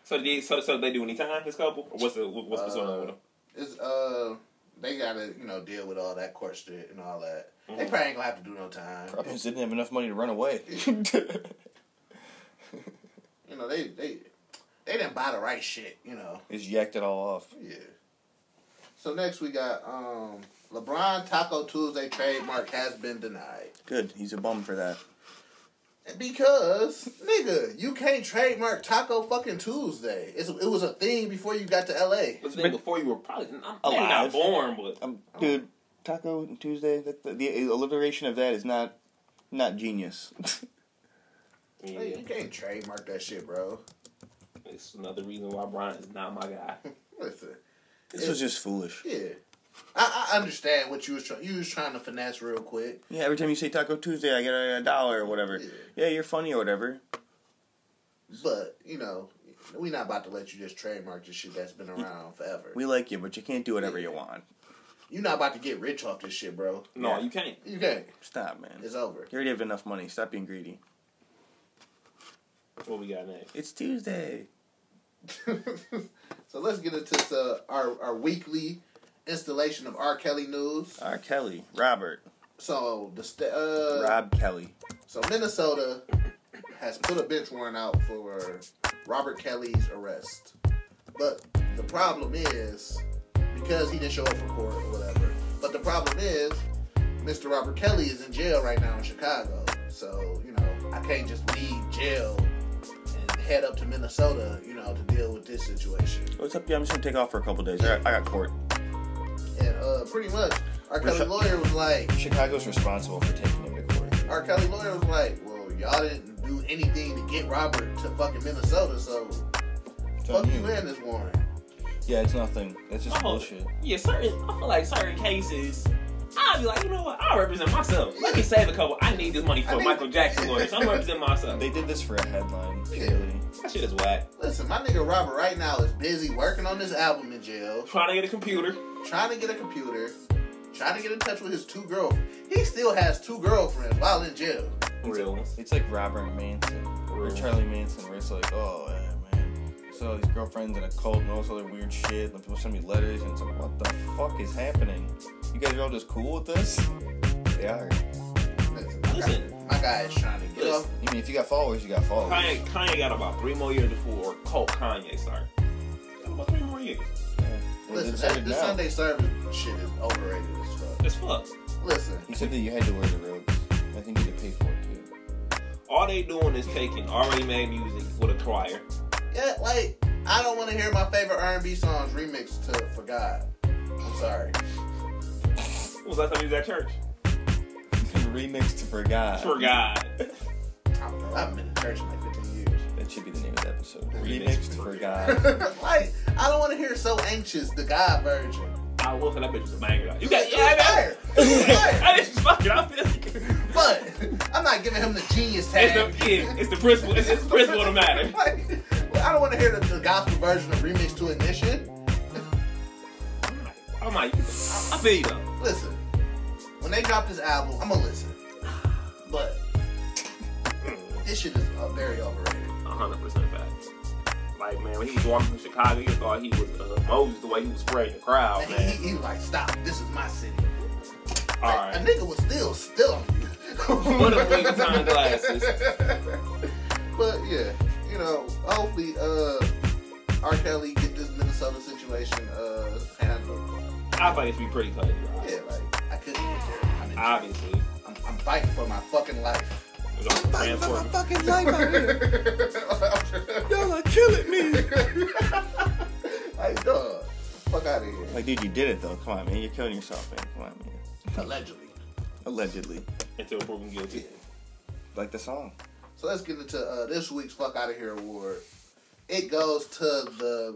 So did they, so so they do any time this couple? Or what's the what's what's going on with them?
It's, uh, they gotta, you know, deal with all that court shit and all that. They probably ain't gonna have to do no time.
Probably just didn't have enough money to run away.
You know, they, they, they didn't buy the right shit, you know.
just yacked it all off.
Yeah. So next we got, um, LeBron Taco Tuesday trademark has been denied.
Good, he's a bum for that.
Because nigga, you can't trademark Taco fucking Tuesday. It's, it was a thing before you got to LA.
It's been before you were probably I'm, maybe
Alive.
not born, but
Um, dude, Taco Tuesday. The, the, the alliteration of that is not not genius.
Like,
yeah,
you can't trademark that shit, bro.
it's another reason why Brian is not my guy.
Listen,
this was just foolish.
yeah, I, I understand what you was trying. You was trying to finesse real quick.
Yeah, every time you say Taco Tuesday, I get a, a dollar or whatever.
Yeah.
Yeah, you're funny or whatever.
But you know, we not about to let you just trademark this shit that's been around forever.
We like you, but you can't do whatever you want.
you not about to get rich off this shit, bro.
No,
Yeah.
you can't.
You can't.
Stop, man.
It's over.
You already have enough money. Stop being greedy.
What we got next?
It's Tuesday.
so let's get into uh, our our weekly installation of R. Kelly news.
R. Kelly, Robert,
So the st- uh,
Rob Kelly.
So Minnesota has put a bench warrant out for Robert Kelly's arrest. But the problem is because he didn't show up for court or whatever. But the problem is Mr. Robert Kelly is in jail right now in Chicago. So, you know, I can't just leave jail and head up to Minnesota, you know, to deal with this situation.
What's up, yeah? I'm just gonna take off for a couple days. I, I got court.
And uh pretty much our
We're
Kelly
sh-
lawyer was like
Chicago's responsible for taking him to court.
R. Kelly lawyer was like, well, y'all didn't do anything to get Robert to fucking Minnesota, so fuck you and this warrant.
Yeah, it's nothing. It's just
Oh,
bullshit.
Yeah, certain. I feel like certain cases. I'll be like, you know what? I'll represent myself. Let me save a couple. I need this money
I
for
need-
Michael Jackson lawyers. I'm representing myself.
They did this for a headline, purely.
That shit is whack.
Listen, my nigga Robert right now is busy working on this album in jail,
Trying to get a computer.
trying to get a computer, trying to get in touch with his two girlfriends. He still has two girlfriends while in jail.
Real ones.
It's like Robert Manson or
Real.
Charlie Manson, where it's like, oh yeah, man, so these girlfriends in a cult and all this other weird shit. And people send me letters, and it's like, what the fuck is happening? You guys are all just cool with this? They are.
Listen, my,
Listen.
Guy, my guy is trying to get
Listen.
off.
You mean if you got followers, you got followers.
Kanye, Kanye got about three more years before cult Kanye started. Got about three more years.
Yeah. They
Listen,
decided
that, this
now.
Sunday service shit is overrated as fuck.
That's fuck.
Listen,
You said that you had to wear the robes. I think you had to pay for it too.
All they doing is taking already made music with a choir.
yeah, like I don't want to hear my favorite R&B songs remixed to "For God." I'm sorry.
When was the last time you was at church?
Remixed for God.
For God.
I don't know. I haven't been to church in like 15 years.
That should be the name of the episode.
Remixed
Remixed for God.
like, I don't want to hear so anxious, the God version.
I will say that bitch was a banger. You got
It was fire. It was fire.
I just fucking. I feel like it's the
But I'm not giving him the genius tag.
yeah, it's the principle. It's, it's the principle of the matter.
Like, I don't want to hear the, the gospel version of Remix to Ignition.
I'm like, I, I feel you though.
Listen, when they drop this album, I'm gonna listen. But this shit is uh, very overrated.
100 percent facts. Like man, when he was walking from Chicago, you thought he was uh, Moses the way he was spraying the crowd,
And
Oh, man.
he, he was like, stop. This is my city.
All
A
right,
nigga was still still.
put him in time glasses.
But yeah, you know, hopefully, uh, R. Kelly get this Minnesota situation uh handled.
I thought it should be pretty cut and dry.
Yeah, like I couldn't get there. I'm, in trouble.
Obviously,
I'm, I'm fighting for my fucking life.
It was on the
Fighting for my
transport.
fucking life out here. Y'all are killing me.
like, dog, fuck out of here.
like, dude, you did it though. Come on, man. You're killing yourself, man. Come on, man.
allegedly.
Allegedly.
until proven guilty.
Like the song.
So let's get into uh, this week's fuck out of here award. It goes to the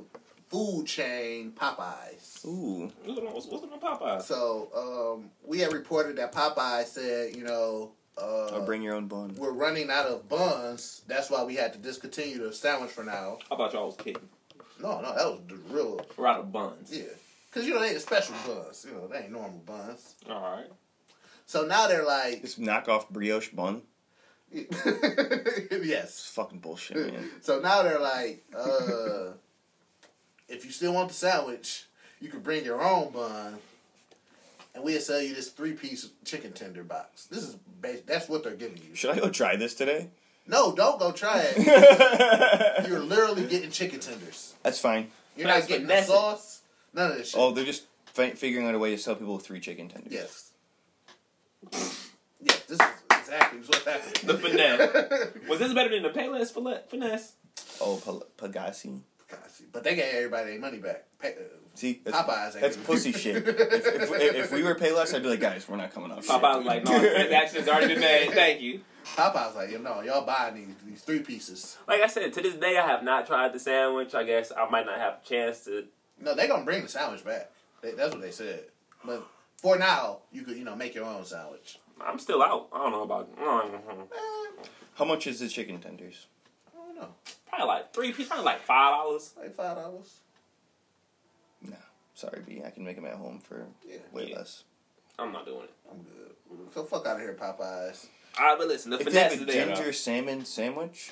food chain Popeyes.
Ooh.
What's on, what's, what's on Popeyes?
So um, we had reported that Popeye said, you know,
Or
uh,
bring your own bun.
we're running out of buns. That's why we had to discontinue the sandwich for now.
How about y'all was kidding?
No, no, that was the real,
We're out of buns.
yeah. Cause you know they ain't special buns. You know they ain't normal buns.
All right.
So now they're like,
This knockoff brioche bun.
yes.
It's fucking bullshit, man.
So now they're like, uh, if you still want the sandwich, you can bring your own bun, and we'll sell you this three piece chicken tender box. This is bas- that's what they're giving you.
Should I go try this today?
No, don't go try it. You're literally getting chicken tenders.
That's fine.
You're
That's
not getting the
finesse it.
sauce. None of this shit.
Oh, they're just fi- figuring out a way to sell people three chicken tenders.
yes. Yes, this is exactly what's happening.
The finesse. was this better than the Payless fil- finesse?
Oh, Pal- Pagasi.
But they gave everybody their money back. Pay- uh,
See, that's,
Popeyes ain't
that's
even-
pussy shit. If, if, if, if we were Payless, I'd be like, guys, we're not coming up.
Popeyes was like, no, transactions already been made. Thank you.
Popeye's like, yo, no, y'all buying these, these three pieces.
Like I said, to this day, I have not tried the sandwich. I guess I might not have a chance to.
No, they gonna bring the sandwich back. They, that's what they said. But for now, you could you know make your own sandwich.
I'm still out. I don't know about. mm,
How much is the chicken tenders?
I don't know,
Probably like three pieces, probably like five dollars.
like five dollars.
No. Sorry, B. I can make them at home for
Yeah.
way
Yeah.
less.
I'm not doing it.
I'm good. So fuck out of here, Popeyes.
All right, but listen, the
If they have
finesse
a
is there.
ginger
though.
salmon sandwich,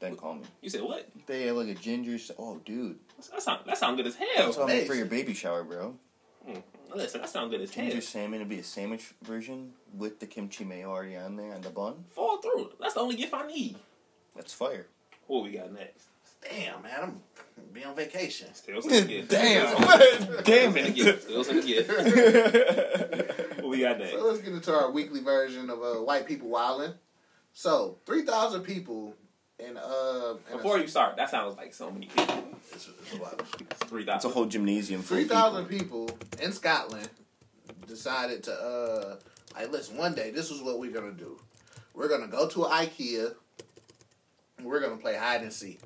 then call me.
You said what?
If they have like a ginger. sa- Oh, dude.
That sound that sound good as
That's what
hell.
I'm
amazing.
for your baby shower, bro.
Listen, that sound good as
Ginger
hell.
salmon would be a sandwich version with the kimchi mayo already on there and the bun.
Fall through. That's the only gift I need.
That's fire.
What we got next?
Damn, man, I'm gonna be on vacation.
Still some gift.
Damn
Still some gift. Still some gift. What we got next?
So let's get into our weekly version of uh, white people wilding. So three thousand people in uh in
Before
a,
you start, that sounds like so many people.
it's, it's a lot.
Three
That's a
thousand.
whole gymnasium full
three
of
thousand people in Scotland decided to uh like listen one day this is what we're gonna do. We're gonna go to IKEA and we're gonna play hide and seek.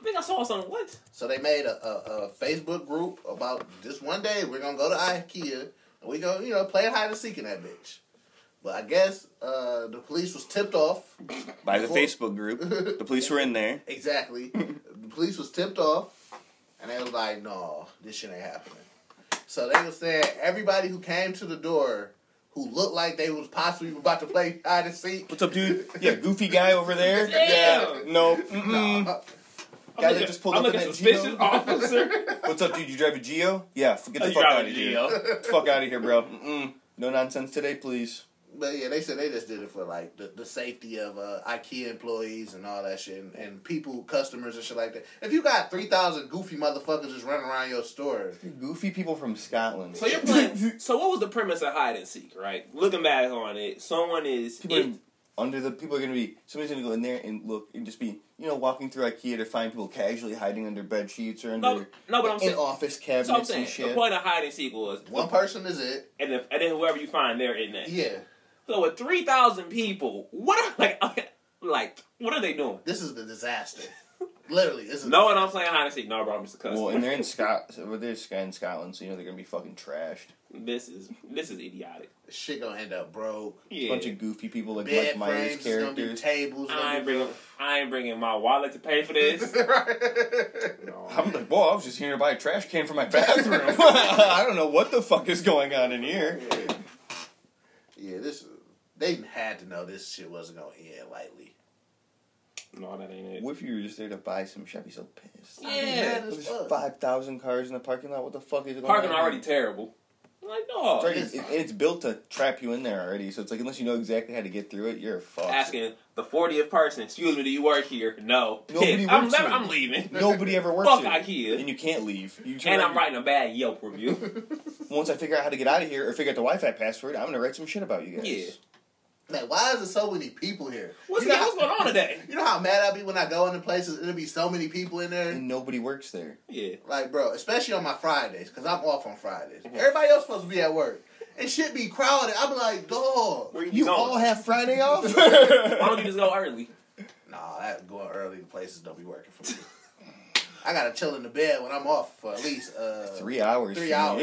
I think I saw something. What?
So they made a, a, a Facebook group about this one day we're gonna go to IKEA and we gonna, you know, play hide and seek in that bitch. But I guess uh the police was tipped off.
people. By the
Before-
Facebook group. The police were in there.
Exactly. the police was tipped off, and they was like, "No, this shit ain't happening." So they was saying everybody who came to the door who looked like they was possibly about to play hide and seek.
What's up, dude? Yeah, goofy guy over there.
Damn.
Yeah. No. Mm-mm.
Nah.
I'm
Guy that
looking-
just pulled
I'm
up in
looking
that
suspicious
Geo.
officer.
What's up, dude? You drive a Geo? Yeah. f- Get the
You
fuck
drive
out
a
of here.
Geo.
Get the fuck out of here, bro. Mm-mm. No nonsense today, please.
But yeah, they said they just did it for like the, the safety of uh, IKEA employees and all that shit, and, and people, customers and shit like that. If you got three thousand goofy motherfuckers just running around your store,
Goofy people from Scotland.
So you're playing. So what was the premise of hide and seek? Right. Looking back on it, someone is.
people
It,
are, under the people are gonna be somebody's gonna go in there and look and just be you know walking through IKEA to find people casually hiding under bed sheets or under
no, no, but I'm
in
saying.
office cabinets
So I'm
and
saying the
shit.
point of hide and seek was,
one person is it.
and, if, and then whoever you find, they're in that.
Yeah,
So with three thousand people, what are like, like what are they doing?
this is the disaster. Literally, it's
No, and I'm playing hide and seek. No, bro, I'm just a cuss.
Well, and they're in Scot, so they're in Scotland, so you know they're gonna be fucking trashed.
this is this is idiotic.
shit gonna end up broke.
Yeah.
Bunch of goofy people like
Bed
Mike Myers
frames, it's gonna be
characters.
tables.
I
gonna
ain't
be-
bringing I ain't bringing my wallet to pay for this.
I'm like, boy, I was just here to buy a trash can for my bathroom. I don't know what the fuck is going on in here.
yeah, this they had to know this shit wasn't gonna end lightly.
no, that ain't it.
What if you were just there to buy some shit? I'd be so pissed.
Yeah,
Mad as
There's
fuck.
five thousand cars in the parking lot. What the fuck is going
parking
on?
already terrible. I'm like
It's,
no,
already, it, it's built to trap you in there already. So it's like unless you know exactly how to get through it, you're fucked.
asking the 40th person. Excuse me, do you work here? No,
Nobody
Piss. I'm
works
never,
here.
I'm leaving.
Nobody ever works
Fuck
here.
IKEA.
and you can't leave. You
And I'm
try-
writing a bad Yelp review.
Once I figure out how to get out of here or figure out the Wi-Fi password, I'm gonna write some shit about you guys.
Yeah.
Like, why is there so many people here?
What's,
you know,
what's going on today?
You know how mad I be when I go into places and there be so many people in there.
And nobody works there.
Yeah.
Like, bro, especially on my Fridays, because I'm off on Fridays. Everybody else supposed to be at work. And shit be crowded. I be like, dog.
Where
You
going?
all have Friday off.
Why don't you just go early?
Nah, that going early to places don't be working for me. I gotta chill in the bed when I'm off for at least uh,
Three hours.
Three
for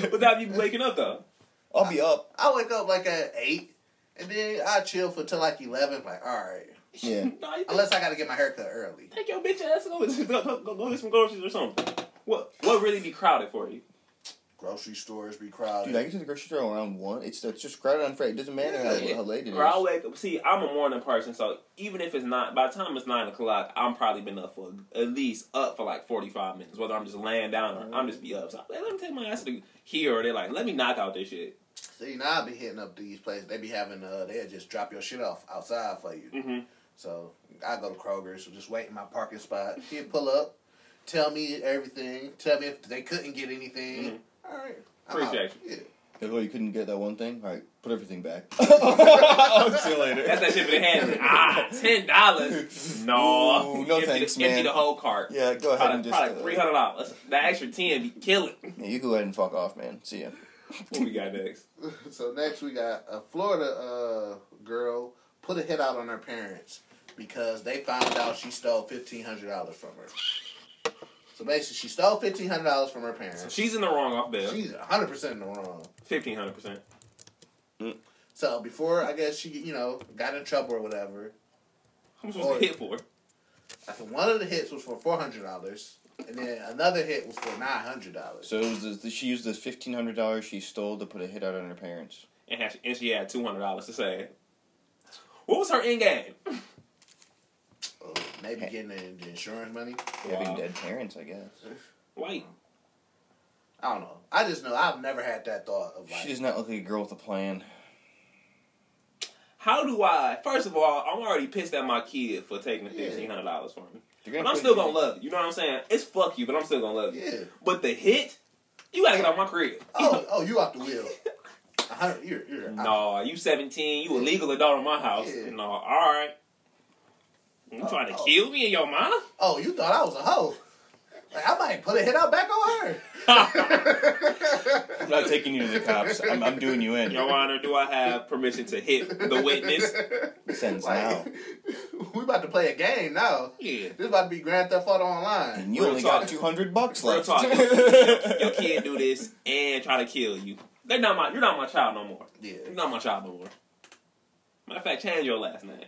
me.
Without you waking up though.
I'll be up.
I wake up like at eight, and then I chill for till like eleven. Like, all right,
Yeah.
No, you
unless I gotta get my haircut early.
take your bitch ass and go, go, go, go, go get some groceries or something. What what really be crowded for you?
Grocery stores be crowded.
Dude, I get to the grocery store around one. It's, it's just crowded on Friday. It doesn't matter
Yeah.
how, how late it is.
Or I'll wake up. See, I'm a morning person, so even if it's not by the time it's nine o'clock, I'm probably been up for at least up for like forty five minutes. Whether I'm just laying down or I'm just be up. So I'm like, let me take my ass to here or they're like, let me knock out this shit.
See, now I be hitting up these places. They be having uh, they just drop your shit off outside for you.
Mm-hmm.
Mhm.
So I go to Kroger's, so just wait in my parking spot. He pull up, tell me everything. Tell me if they couldn't get anything. All right, I'm out.
Appreciate
Yeah.
Like, oh, Mm-hmm. you couldn't get that one thing? All right, put everything back. I'll see you later.
That's that shit for the hand. ah, ten dollars. No,
Ooh, no
empty,
thanks,
the, empty
man.
the whole cart.
yeah, go ahead and
Probably,
just. uh,
three hundred dollars. That extra ten be killing.
yeah, you go ahead and fuck off, man. See ya.
What we got next?
So next we got a Florida uh, girl put a hit out on her parents because they found out she stole fifteen hundred dollars from her. So basically, she stole fifteen hundred dollars from her parents.
She's in the wrong off bail.
She's hundred percent in the wrong.
Fifteen hundred percent.
So before I guess she you know got in trouble or whatever,
How much
Oh,
was the hit for?
I think one of the hits was for four hundred dollars, and then another hit was for nine hundred dollars.
So it was this, she used this fifteen hundred dollars she stole to put a hit out on her parents.
and, had, and she had two hundred dollars to save. What was her end game?
So Oh, maybe getting the, the insurance money.
Having
Wow.
dead parents, I guess.
Wait,
I don't know. I just know I've never had that thought of like.
She does not look like a girl with a plan.
how do I? First of all, I'm already pissed at my kid for taking the
Yeah.
fifteen hundred dollars from me,
They're
but
put
I'm still
you-
gonna love you. You know what I'm saying? It's fuck you, but I'm still gonna love you.
yeah.
But the hit, you gotta get out my crib.
Oh, oh, you off the wheel. A hundred. You're, you're out.
No, you 17, you a legal adult in my house.
Yeah.
No, all right. You trying to
Oh.
kill me in your mind?
Oh, you thought I was a hoe. Like, I might put a hit out back on her.
I'm not taking you to the cops. I'm, I'm doing you in.
Your Honor, do I have permission to hit the witness?
Sentence now.
Like, we about to play a game now.
Yeah.
This about to be Grand Theft Auto Online.
And you
Real
only
talk.
got 200 bucks
Real
left.
talk. Your kid do this and try to kill you. They're not my. You're not my child no more. You're
Yeah.
not my child no more. Matter of fact, change your last name.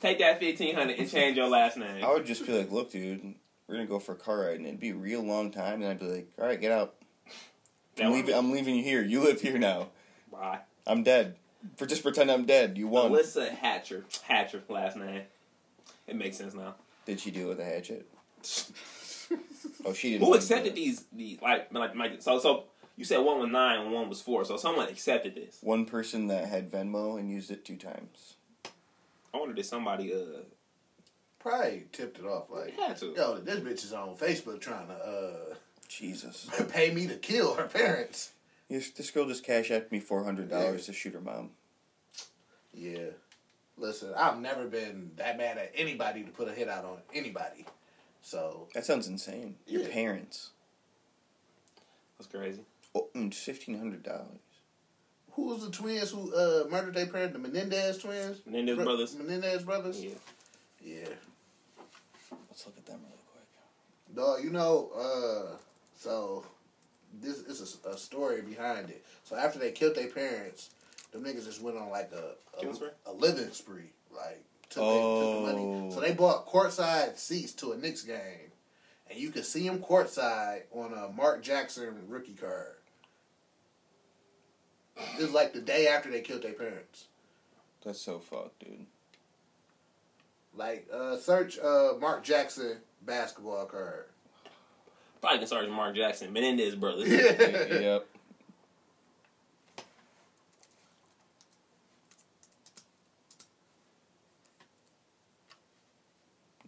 Take that fifteen hundred and change your last name.
I would just be like, look, dude, we're going to go for a car ride. And it'd be a real long time. And I'd be like, all right, get out.
That
I'm
would-
leaving, I'm leaving you here. You live here now.
Bye.
I'm dead. For Just pretend I'm dead. You won.
Alyssa Hatcher. Hatcher last name. It makes sense now.
Did she do it with a hatchet? Oh, she didn't.
Who accepted these? These like like like so so. You said one was nine and one was four, so someone accepted this.
One person that had Venmo and used it two times.
I wonder did somebody uh
Probably tipped it off like,
had to.
yo, this bitch is on Facebook trying to
Jesus.
uh, pay me to kill her parents.
This, this girl just cashed at me $400 to shoot her mom.
Yeah. Listen, I've never been that mad at anybody to put a hit out on anybody. So
That sounds insane. Your
Yeah.
parents.
That's crazy.
Oh, and $1,500.
who was the twins who uh, murdered their parents? The Menendez twins?
Menendez brothers.
Menendez brothers?
Yeah.
Yeah.
That's
Let's look at them really quick.
Dog, you know, uh, so this is a, a story behind it. So after they killed their parents, them niggas just went on like a
Killing spree?
a, a living spree, like took, they, took the
Oh.
money. So they bought courtside seats to a Knicks game, and you could see them courtside on a Mark Jackson rookie card. It was like the day after they killed their parents.
That's so fucked, dude.
Like, uh, search uh, Mark Jackson basketball card.
Probably can start with Mark Jackson, Menendez brothers.
yep.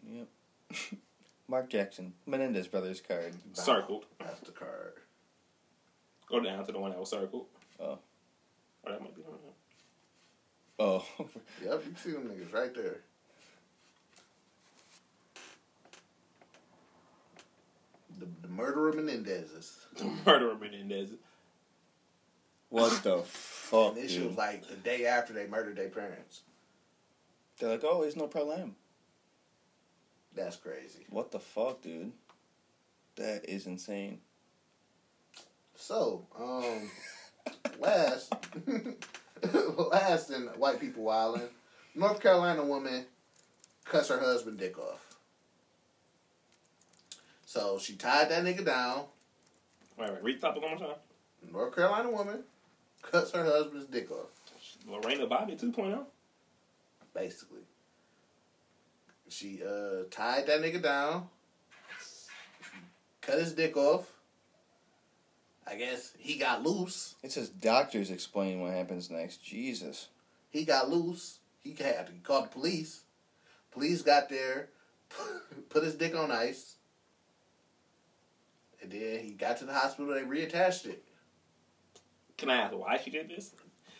Yep. Mark Jackson, Menendez Brothers card.
Circled.
That's the card.
Go down to the one that was circled.
Oh.
Or that might be the one.
Oh,
Yep, you see them niggas right there. The, the murderer Menendez's.
The murderer Menendez.
what the fuck,
And this shit
dude?
was like the day after they murdered their parents.
They're like, oh, it's no problem.
That's crazy.
What the fuck, dude? That is insane.
So, um, last, last in white people wilding, North Carolina woman cuts her husband dick off. So she tied that nigga down.
Wait, wait, read the topic one more time.
North Carolina woman cuts her husband's dick off.
Lorena Bobby 2.0.
basically. She uh tied that nigga down, cut his dick off. I guess he got loose.
It says doctors explain what happens next. Jesus.
He got loose. He had to call the police. Police got there, put his dick on ice, and then he got to the hospital. They reattached it.
Can I ask why she did this?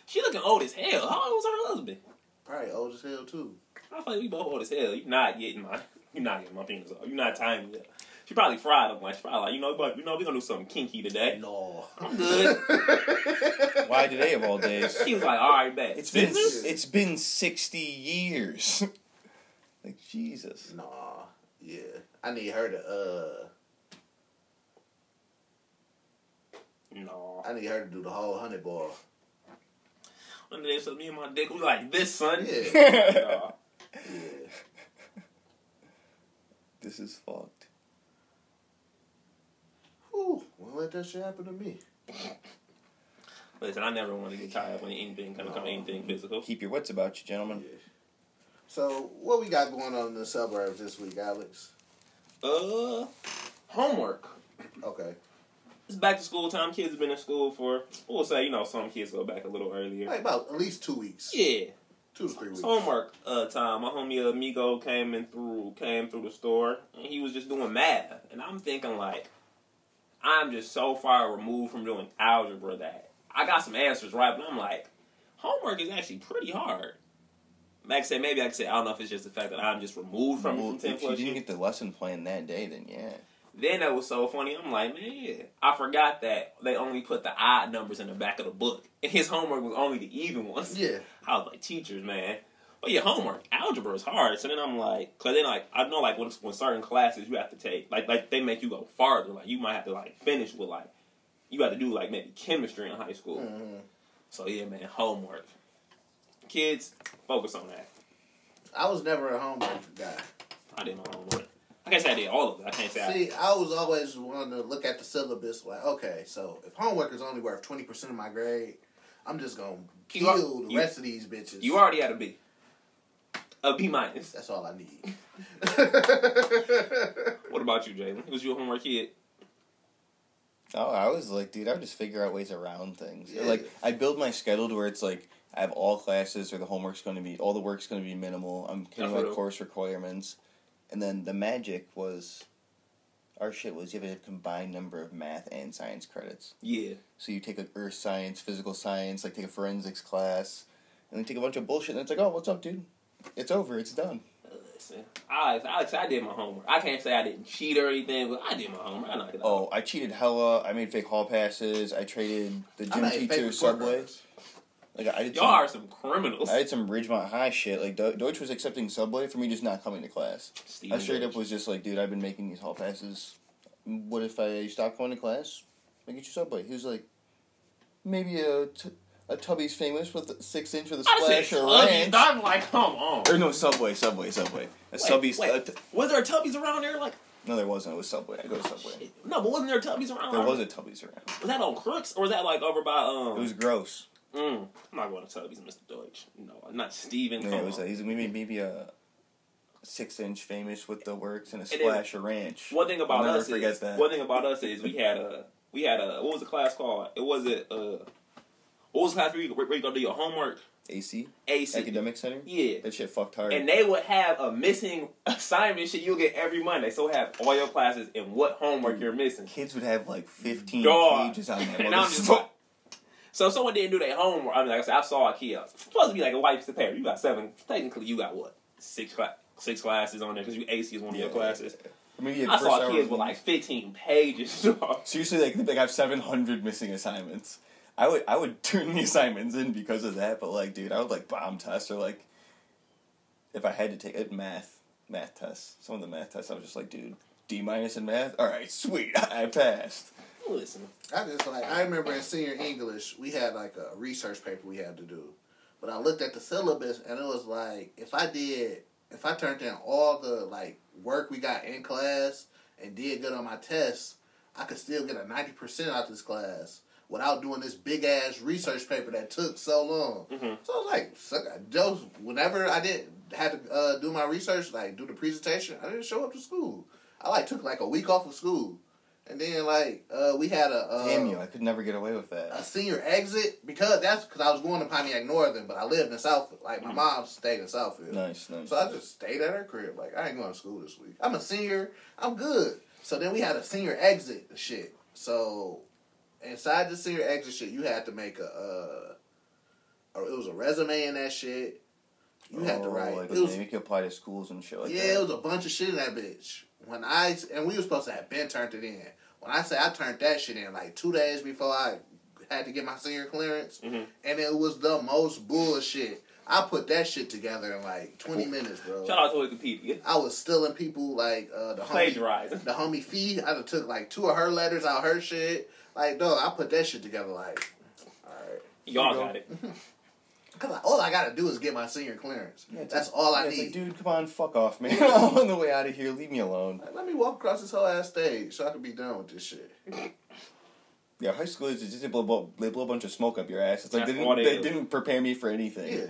She looking old as hell. How old was her husband?
Probably old as hell too.
I feel like we both old as hell. You not getting my, you not getting my penis off. You not tying me up. She probably fried him. Like she probably like you know, but you know we gonna do something kinky today.
No.
I'm good.
Why today of all days?
she was like, all right, bet.
It's been
Scissors?
it's been sixty years. like Jesus.
Nah, yeah. I need her to uh.
No.
I need her to do the whole hundred ball.
One day, so me and my dick was like this, son.
Yeah. Yeah.
No.
this is fucked.
Whew, won't let that shit happen to me.
Listen, I never want to get tired when anything gonna come anything physical.
Keep your wits about you, gentlemen.
So, what we got going on in the suburbs this week, Alex?
Uh, homework.
Okay.
It's back to school time. Kids have been in school for we'll say you know some kids go back a little earlier.
Like about at least two weeks.
Yeah.
Two to three weeks.
It's homework uh, time. My homie amigo came in through came through the store and he was just doing math, and I'm thinking like, I'm just so far removed from doing algebra that I got some answers right, but I'm like, homework is actually pretty hard. Max said maybe I could say I don't know if it's just the fact that I'm just removed from it
Well,
from
if
ten
you
plus
didn't
years.
get the lesson plan that day, then yeah.
Then that was so funny. I'm like, man, yeah. I forgot that they only put the odd numbers in the back of the book, and his homework was only the even ones.
Yeah.
I was like, teachers, man. But yeah, homework, algebra is hard. So then I'm like, cause then like I know like when, when certain classes you have to take, like like they make you go farther. Like you might have to like finish with like you have to do like maybe chemistry in high school. So yeah, man, homework. Kids, focus on that.
I was never a homework guy.
I did my homework. I guess I did all of it. I can't say
See, I was always wanting to look at the syllabus like, okay, so if homework is only worth 20% of my grade, I'm just going to
You are-
kill the
you-
rest of these bitches.
I, you already had a B, a B minus.
That's all I need.
What about you, Jalen? Was you a homework kid?
Oh, I was like, dude, I would just figure out ways around things.
Yeah.
Like, I build my schedule to where it's like I have all classes, or the homework's going to be all the work's going to be minimal. I'm
That's
hitting my
real.
course requirements, and then the magic was, our shit was you have a combined number of math and science credits.
Yeah.
So you take a earth science, physical science, like take a forensics class, and then take a bunch of bullshit, and it's like, oh, what's up, dude? It's over. It's done.
Listen, Alex, Alex, I did my homework. I can't say I didn't cheat or anything, but I did my homework. I knocked it out.
Oh, I cheated hella. I made fake hall passes. I traded the
I'm
gym
not even
teacher
favorite court
subway.
girls.
Like I did.
Y'all
some-
are some criminals.
I had some Ridgemont High shit. Like Do- Deutsch was accepting subway for me, just not coming to class.
Steven
I straight
Deutsch.
up was just like, dude, I've been making these hall passes. What if I stop going to class? I get you subway. He was like, maybe a t- a tubby's famous with six inch with a
I just said
splash or
Tubby's.
ranch.
I'm like, come on.
Or no, Subway, Subway, Subway. A Subway.
wait,
uh, t-
was there Tubby's around there? Like,
No, there wasn't. It was Subway. I go to Subway.
no, but wasn't there Tubby's around?
There was a Tubby's around.
Was that on Crooks or was that like over by um?
It was gross.
mm, I'm not going to Tubby's, Mr. Deutsch. No, I'm not Steven.
Yeah,
come
it was.
on.
Like, he's maybe maybe a six inch famous with the works and a
then-
splash or ranch.
One thing about
I'll never
us
forget
is
that.
one thing about us is we had a we had a what was the class called? It wasn't uh what was the class where you, where you gonna do your homework?
AC
AC
academic center.
Yeah.
That shit fucked hard.
And they would have a missing assignment shit you'll get every Monday. So have all your classes and what homework you're missing.
kids would have like 15
Dog.
pages on that
And I'm just
motherfucker.
like- So if someone didn't do their homework, I mean, like I said, I saw a kid. It's supposed to be like a wife's the paper. You got seven. Technically, you got what six cla- six classes on there because you AC is one of your
Yeah.
classes.
Maybe at
I
first
saw
hour
kids
was-
with like fifteen pages. dog.
seriously like like I have 700 missing assignments. I would I would turn the assignments in because of that, but like dude, I would like bomb tests or like if I had to take it math math tests. Some of the math tests I was just like, dude, D minus in math. All right, sweet, I passed.
Listen,
I just like I remember in senior English we had like a research paper we had to do, but I looked at the syllabus and it was like if I did if I turned in all the like work we got in class and did good on my tests, I could still get a ninety percent out this class without doing this big ass research paper that took so long. So I was like, suck, those whenever I did had to uh, do my research, like do the presentation, I didn't show up to school. I like took like a week off of school. And then like uh, we had a uh,
Damn you, I could never get away with
a
that.
senior exit because that's because I was going to Pontiac Northern, but I lived in Southfield. Like my mom stayed in Southfield,
Mm-hmm. Nice, nice.
so I just stayed at her crib. Like I ain't going to school this week. I'm a senior. I'm good. So then we had a senior exit and shit. So inside the senior exit shit, you had to make a, uh, or it was a resume in that shit. You had to
Oh,
write.
Like,
it was,
you could apply to schools and shit like
yeah,
that.
it was a bunch of shit in that bitch. When I and we were supposed to have been turned it in. When I say I turned that shit in like two days before I had to get my senior clearance,
Mm-hmm.
and it was the most bullshit. I put that shit together in like twenty minutes, bro.
shout out to Wikipedia.
I was stealing people like uh, the homie,
Plagiarizing.
the homie Fee. I done took like two of her letters out her shit. Like, no, I put that shit together like.
Y'all
you go.
got it.
Cause I- all I gotta do is get my senior clearance.
Yeah, it's
That's
like-
all I
yeah, it's
need.
Like, dude, come on, fuck off, man. I'm on the way out of here. Leave me alone.
Like, let me walk across this whole ass stage so I can be done with this shit.
Yeah, high school is just they blow, blow, they blow a bunch of smoke up your ass. It's like they
That's all
didn't,
they
they
do.
didn't prepare me for anything.
Yeah.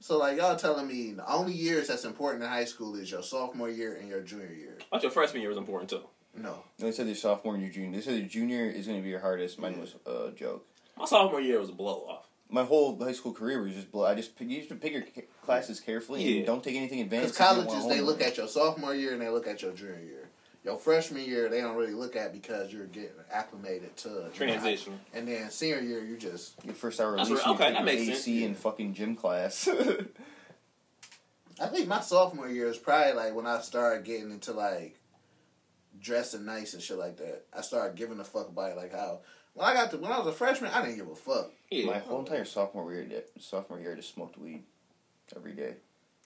So like y'all telling me the only years that's important in high school is your sophomore year and your junior year.
But your freshman year was important too.
No.
They said your sophomore and your junior. They said your junior is going to be your hardest. Mine was a joke.
My sophomore year was a blow off.
My whole high school career was just blow. I just pick, you just pick your ca- classes carefully
Yeah.
and don't take anything advanced.
Because colleges they look at your sophomore year and they look at your junior year. Your freshman year they don't really look at because you're getting acclimated to
Transition.
And then senior year you just
your first hour
That's
release.
right. Okay,
Okay,
that makes
AC
sense.
and fucking gym class.
I think my sophomore year is probably like when I started getting into like dressing nice and shit like that. I started giving a fuck about it, like how when I got to when I was a freshman I didn't give a fuck.
Yeah.
My whole entire sophomore year, sophomore year, I just smoked weed every day.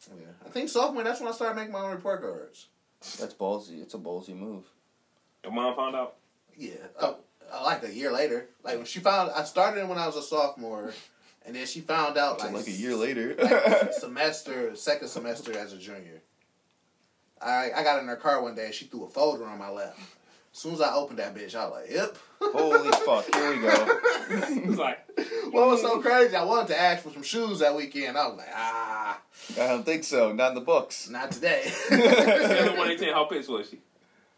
Yeah. I think sophomore that's when I started making my own report cards.
That's ballsy. It's a ballsy move.
Your mom found out.
Yeah, uh, uh, like a year later. Like when she found, I started when I was a sophomore, and then she found out like,
Like a year later.
semester, second semester as a junior. I I got in her car one day and she threw a folder on my lap. As soon as I opened that bitch, I was like, "Yep."
Holy fuck! Here we go.
It was like,
what was so crazy? I wanted to ask for some shoes that weekend. I was like, "Ah,
I don't think so. Not in the books.
not today."
the one eighteen. How pissed was she?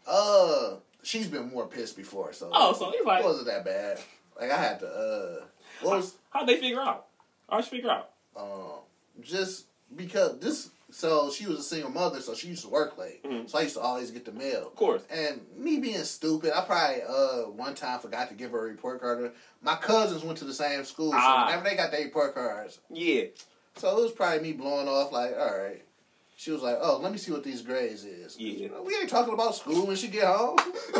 uh, she's been more pissed before, so
Oh, so he's like,
it wasn't that bad. Like I had to uh, what was
how'd they figure out? How'd she figure out?
um, just because this. So she was a single mother, so she used to work late. So I used to always get the mail. Of
Mm-hmm. course.
And me being stupid, I probably uh one time forgot to give her a report card. My cousins went to the same school, so
Ah.
whenever they got their report cards,
Yeah.
so it was probably me blowing off like, all right. She was like, oh, let me see what these grades is.
Yeah.
We ain't talking about school when she get home.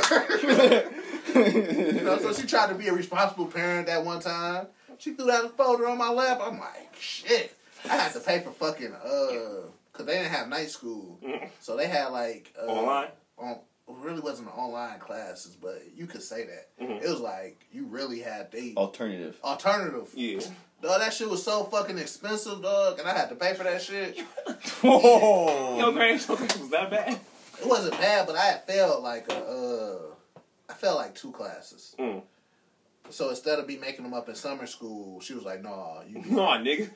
you know, so she tried to be a responsible parent that one time. She threw that folder on my lap. I'm like, shit. I had to pay for fucking uh, cause they didn't have night school, so they had like uh,
Mm-hmm. Online?
On it really wasn't online classes, but you could say that
Mm-hmm.
it was like you really had the
Alternative.
alternative.
Yeah.
Dog, that shit was so fucking expensive, dog, and I had to pay for that shit.
Whoa!
Yo, Grand Showcase was that bad?
It wasn't bad, but I had failed like a, uh, I failed like two classes.
Mm.
So instead of me making them up in summer school, she was like, "Nah, you do,
Nah, nigga.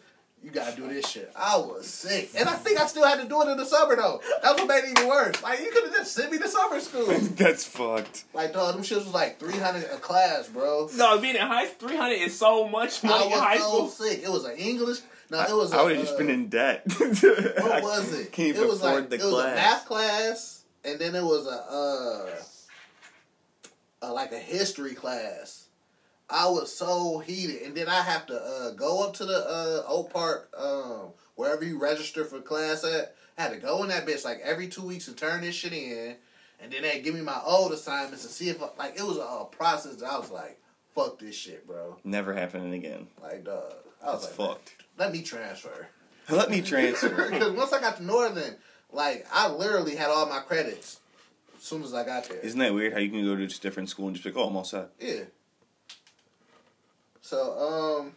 you gotta do this shit." I was sick, and I think I still had to do it in the summer though. That's what made it even worse. Like you could have just sent me to summer school.
That's fucked.
like dog, them shits was like three hundred a class, bro.
No, being in high school, 300 is so much money
I
in high
was so
school.
sick. It was an English. No, it was.
I
a,
would have just
uh,
been in debt.
What was it?
Can't even
it was
afford
like
the
it was a
class.
math class, and then it was a, uh, a like a history class. I was so heated, and then I have to uh, go up to the uh, Oak Park, um, wherever you register for class at. I had to go in that bitch like every two weeks and turn this shit in, and then they give me my old assignments and see if I, like it was a, a process. That I was like, fuck this shit, bro.
Never happening again.
Like, dog. I was
That's
like,
fucked.
let me transfer.
Let me transfer.
Because once I got to Northern, like I literally had all my credits as soon as I got there.
Isn't that weird how you can go to a different school and just be like, oh, I'm all set.
yeah. So um,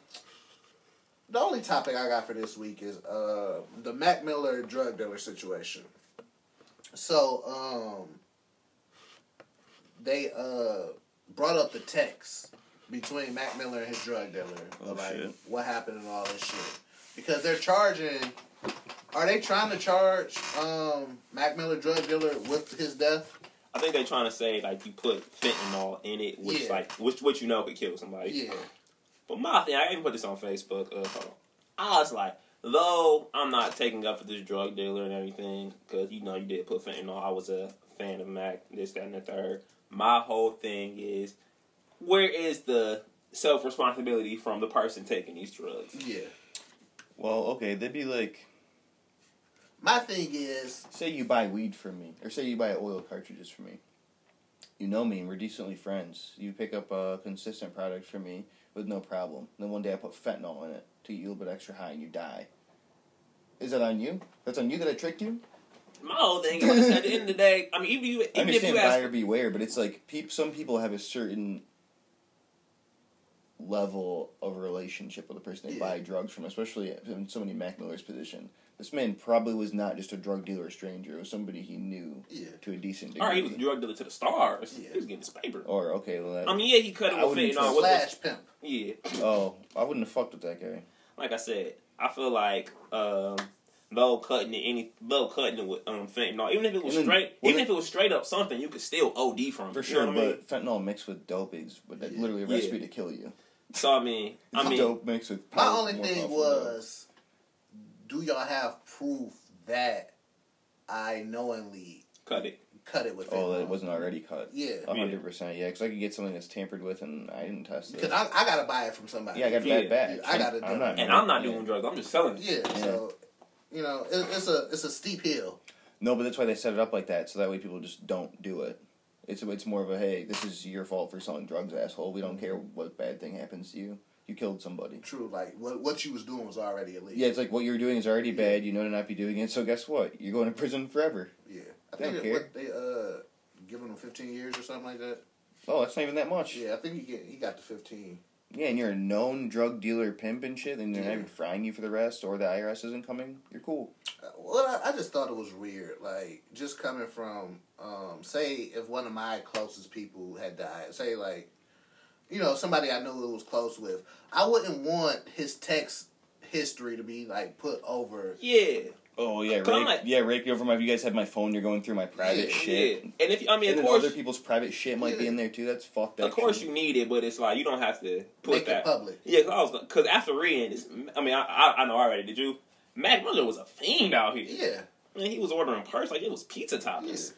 the only topic I got for this week is uh the Mac Miller drug dealer situation. So um, they uh brought up the text between Mac Miller and his drug dealer
Oh,
about
shit.
what happened and all this shit because they're charging. Are they trying to charge um, Mac Miller drug dealer with his death?
I think they're trying to say, like, you put fentanyl in it, which,
Yeah.
like, which, which you know could kill somebody.
Yeah,
But my thing, I even put this on Facebook. Uh, hold on. I was like, though I'm not taking up for this drug dealer and everything, because you know you did put fentanyl. I was a fan of Mac, this, that, and the third. My whole thing is, where is the self responsibility from the person taking these drugs?
yeah.
Well, okay, they'd be like,
My thing is,
say you buy weed from me, or say you buy oil cartridges from me. You know me, and we're decently friends. You pick up a consistent product from me with no problem. Then one day I put fentanyl in it to get you a little bit extra high, and you die. Is that on you? That's on you that I tricked you.
My whole thing is, at the end of the day, I mean, even, you,
I
even if
understand
you ask,
buyer beware, but it's like peop- some people have a certain level of relationship with the person they
Yeah.
buy drugs from, especially in somebody in Mac Miller's position. This man probably was not just a drug dealer or stranger; it was somebody he knew
Yeah.
to a decent degree.
all right, he was a drug dealer to the stars.
Yeah.
He was getting his paper.
Or okay, well, that,
I mean, yeah, he cut
Oh, I
it with
wouldn't
fentanyl.
trust
Uh, What the-
slash pimp.
yeah.
oh, I wouldn't have fucked with that guy.
like I said, I feel like um, though cutting it any though cutting it with um fentanyl, even if it was
And then-
straight,
well,
even
then-
if it was straight up something, you could still OD from it,
For
you
sure,
know what I mean?
but fentanyl mixed with dope is but that
Yeah.
literally a
Yeah.
recipe to kill you.
So I mean, I mean,
dope mixed with
My
power-
only
more
thing
powerful
was, do y'all have proof that I knowingly
cut it.
cut it with
dope. oh,
fentanyl?
that it wasn't already cut.
Yeah.
A hundred percent. Yeah, because I could get something that's tampered with, and I didn't test it.
Because I, I gotta buy it from somebody.
Yeah, I got a
Yeah.
bad batch.
Yeah, I gotta do
I'm
it.
not,
And I'm not doing drugs. I'm just selling it.
Yeah, so you know it, it's a it's a steep hill.
No, but that's why they set it up like that, so that way people just don't do it. It's it's more of a hey, this is your fault for selling drugs, asshole. We don't care what bad thing happens to you. You killed somebody.
True, like what what you was doing was already illegal.
Yeah, it's like what you're doing is already bad. You know to not be doing it. So guess what? You're going to prison forever.
yeah. I
They
think
don't
it, what, they uh giving him fifteen years or something like that.
Oh, that's not even that much.
Yeah, I think he get he got the fifteen.
Yeah, and you're a known drug dealer, pimp, and shit, and they're
Yeah.
not even frying you for the rest, or the IRS isn't coming. You're cool.
Uh, Well, I, I just thought it was weird. Like, just coming from, um, say, if one of my closest people had died, say, like, you know, somebody I knew it was close with, I wouldn't want his text history to be, like, put over.
Yeah,
Oh yeah,
Come on, like-
rape, yeah, rape you over my. If you guys have my phone, you're going through my private
Yeah,
shit.
yeah. And if I mean,
and
of
then
course,
other people's private shit might be
Yeah.
in there too. That's fucked up.
of course you need it, but it's like you don't have to put
Make it
that
public.
Yeah, cause I was because after reading, this, I mean, I, I I know already. Did you? Mac Miller was a fiend out here.
Yeah.
I mean, he was ordering perks like it was pizza toppings.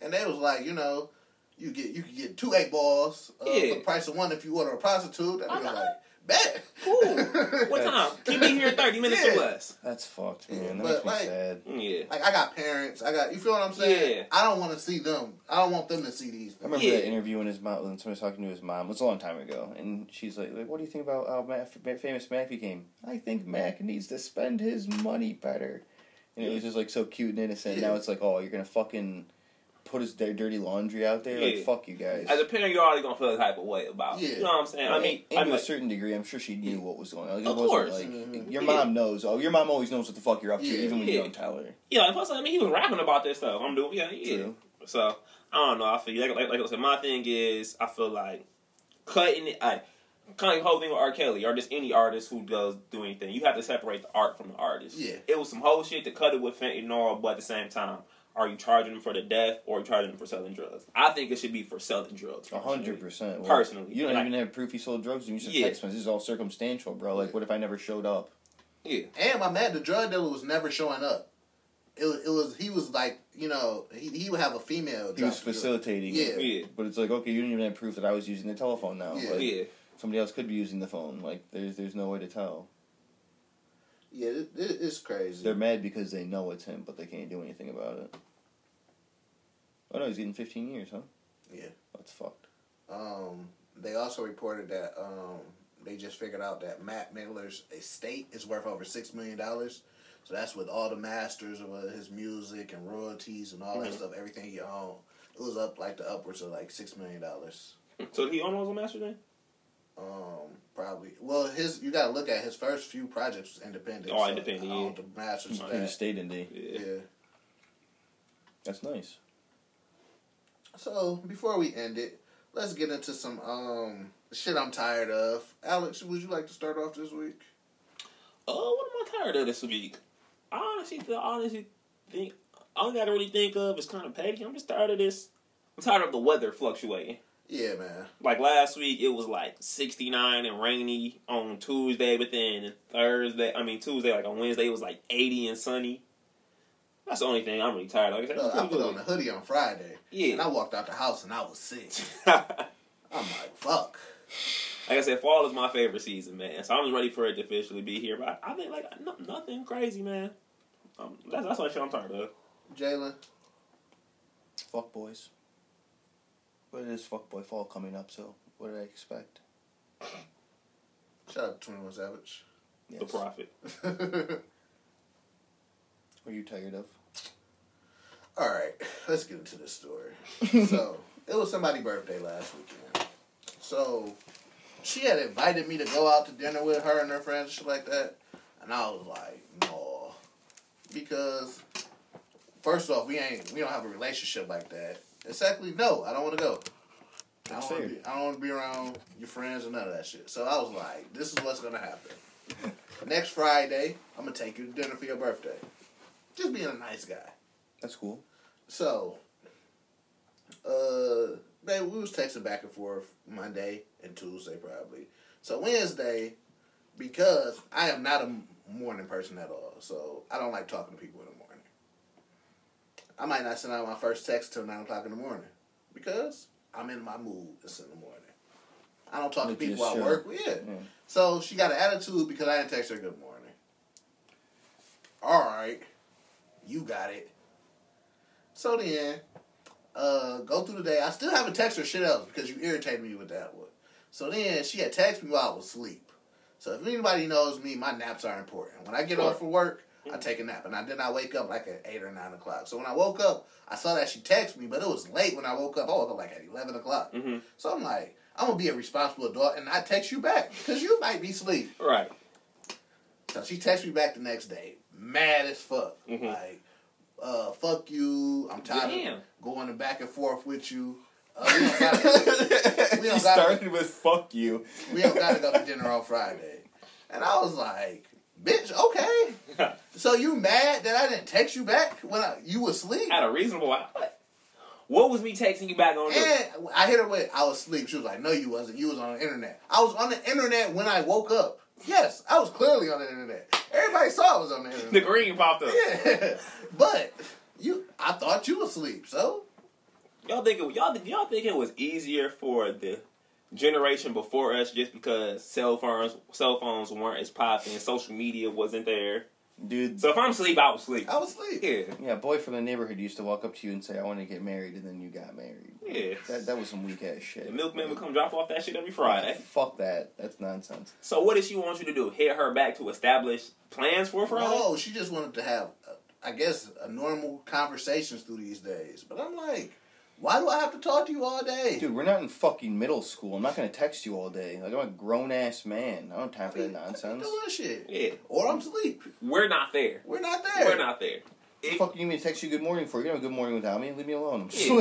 And they was like, you know, you get you can get two eight balls uh,
Yeah.
for the price of one if you order a prostitute. And they was
Uh-huh.
like, bet.
Ooh, what time? Keep me here thirty minutes
Yeah.
or less. Mm,
That's fucked, man. that
but,
makes me
like-
sad.
Yeah.
Like I got parents, I got you feel what I'm saying.
Yeah.
I don't want to see them. I don't want them to see these.
I remember
Yeah.
that interview when his mom, when somebody was talking to his mom. It was a long time ago, and she's like, like "What do you think about how Mac, famous Mac became?" I think Mac needs to spend his money better. And it was just like so cute and innocent.
Yeah.
Now it's like, oh, you're gonna fucking put his di- dirty laundry out there. Like,
Yeah.
fuck you guys.
As a parent, you're already gonna feel the type of way about. it.
Yeah.
You know what I'm saying? I mean,
and
I
to
mean,
a certain degree, I'm sure she knew what was going on. Like, it
Of
wasn't
course.
like,
Mhm.
your
Yeah.
mom knows. Oh, your mom always knows what the fuck you're up to,
Yeah.
even when you
Yeah.
don't tell her.
yeah. And plus, I mean, he was rapping about this stuff. I'm doing, yeah, yeah.
True.
So I don't know. I feel like, like, like I said, my thing is I feel like cutting it. I kind of the whole thing with R. Kelly or just any artist who does do anything. You have to separate the art from the artist.
Yeah.
it was some whole shit to cut it with fentanyl, but at the same time. Are you charging them for the death or are you charging them for selling drugs? I think it should be for selling drugs.
A
personally.
hundred percent. Well,
Personally,
you don't
like-
even have proof he sold drugs. and You just
Yeah.
text messages. This is all circumstantial, bro. Like, what if I never showed up?
Yeah.
And my man, the drug dealer was never showing up. It was, it was he was like you know he, he would have a female.
He was
drop the drug.
facilitating. it.
Yeah.
Yeah.
But it's like, okay, you didn't even have proof that I was using the telephone now.
Yeah.
Like,
Yeah.
Somebody else could be using the phone. Like, there's there's no way to tell.
Yeah, it, it, it's crazy.
They're mad because they know it's him, but they can't do anything about it. Oh no, he's getting 15 years, huh?
Yeah.
That's fucked.
Um, they also reported that um, they just figured out that Matt Miller's estate is worth over six million dollars. So that's with all the masters of uh, his music and royalties and all that stuff, everything he owned. It was up like the upwards of like six million dollars.
So did he own Rosa Master then?
Um, probably. Well, his you gotta look at his first few projects was independent.
Oh, independent,
I owned
yeah.
the masters.
He
Mm-hmm.
of
could have
that.
stayed in D.
Yeah.
Yeah.
That's nice.
So before we end it, let's get into some um shit I'm tired of. Alex, would you like to start off this week?
Oh, what am I tired of this week? I honestly, the honestly think all I gotta really think of is kind of petty. I'm just tired of this. I'm tired of the weather fluctuating.
Yeah, man.
Like last week, it was like 69 and rainy on Tuesday, but then Thursday, I mean Tuesday, like on Wednesday, it was like 80 and sunny. That's the only thing I'm really tired of. Like I said,
Look, I
it's
put
pretty
on a hoodie on Friday.
Yeah.
And I walked out the house and I was sick.
good.
I'm like, fuck.
like I said, fall is my favorite season, man. So I'm ready for it to officially be here. But I, I think like no, nothing crazy, man. Um, that's that's what I'm tired of.
Jalen,
Fuck boys. But it is fuckboy fall coming up, so what did I expect?
shout out to 21 Savage.
The profit.
What are you tired of?
All right, let's get into this story. so, it was somebody's birthday last weekend. So, she had invited me to go out to dinner with her and her friends and shit like that. And I was like, no. Because, first off, we ain't, we don't have a relationship like that. And secondly, no, I don't want to go. I don't, wanna
fair.
be, I don't want to be around your friends and none of that shit. So I was like, this is what's going to happen. Next Friday, I'm going to take you to dinner for your birthday. Just being a nice guy.
That's cool.
So, uh, babe, we was texting back and forth Monday and Tuesday probably. So Wednesday, because I am not a m- morning person at all, so I don't like talking to people in the morning. I might not send out my first text till nine o'clock in the morning because I'm in my mood. It's in the morning. I don't talk
Like
to
you
people I
should.
work with. Yeah.
Yeah.
So she got an attitude because I didn't text her good morning. All right, you got it. So then, uh, go through the day. I still haven't texted her shit else because you irritated me with that one. So then she had texted me while I was asleep. So if anybody knows me, my naps are important. When I get off from work, I take a nap, and I did not wake up like at eight or nine o'clock. So when I woke up, I saw that she texted me, but it was late when I woke up. I woke up like at eleven o'clock. So I'm like, I'm gonna be a responsible adult and not text you back because you might be asleep.
Right.
So she texts me back the next day, mad as fuck. Like, uh, fuck you. I'm tired of
Damn.
going back and forth with you. Uh, we don't gotta, we
He
don't gotta,
started with fuck you.
we don't gotta go to dinner on Friday. And I was like, bitch, okay. so you mad that I didn't text you back when I, you was asleep?
At a reasonable what? What was me texting you back on this?
And I hit her with, I was asleep. She was like, no, you wasn't. You was on the internet. I was on the internet when I woke up. Yes, I was clearly on the internet. Everybody saw I was on the internet.
The green popped up.
Yeah, but you, I thought you was asleep. So
Y'all think it, y'all y'all think it was easier for the generation before us just because cell phones cell phones weren't as popping, social media wasn't there.
Dude,
So if I'm asleep, I was
Oh.
asleep.
I was asleep.
Yeah,
yeah, a boy from the neighborhood used to walk up to you and say, I want to get married, and then you got married.
yeah.
That, that was some weak ass shit.
The milkman would come drop off that shit every Friday.
Fuck that. That's nonsense.
So what did she want you to do? Hit her back to establish plans for Friday?
Oh.
No, she just wanted to have, uh, I guess, a normal conversations through these days. But I'm like, why do I have to talk to you all day?
Dude, we're not in fucking middle school. I'm not going to text you all day. Like, I'm a grown ass man. I don't have time for that nonsense.
Doing shit.
Yeah,
Or I'm asleep.
we're not there.
We're not there.
We're not there.
The fuck you mean to text you good morning for? You don't have good morning without me. Leave me alone. I'm,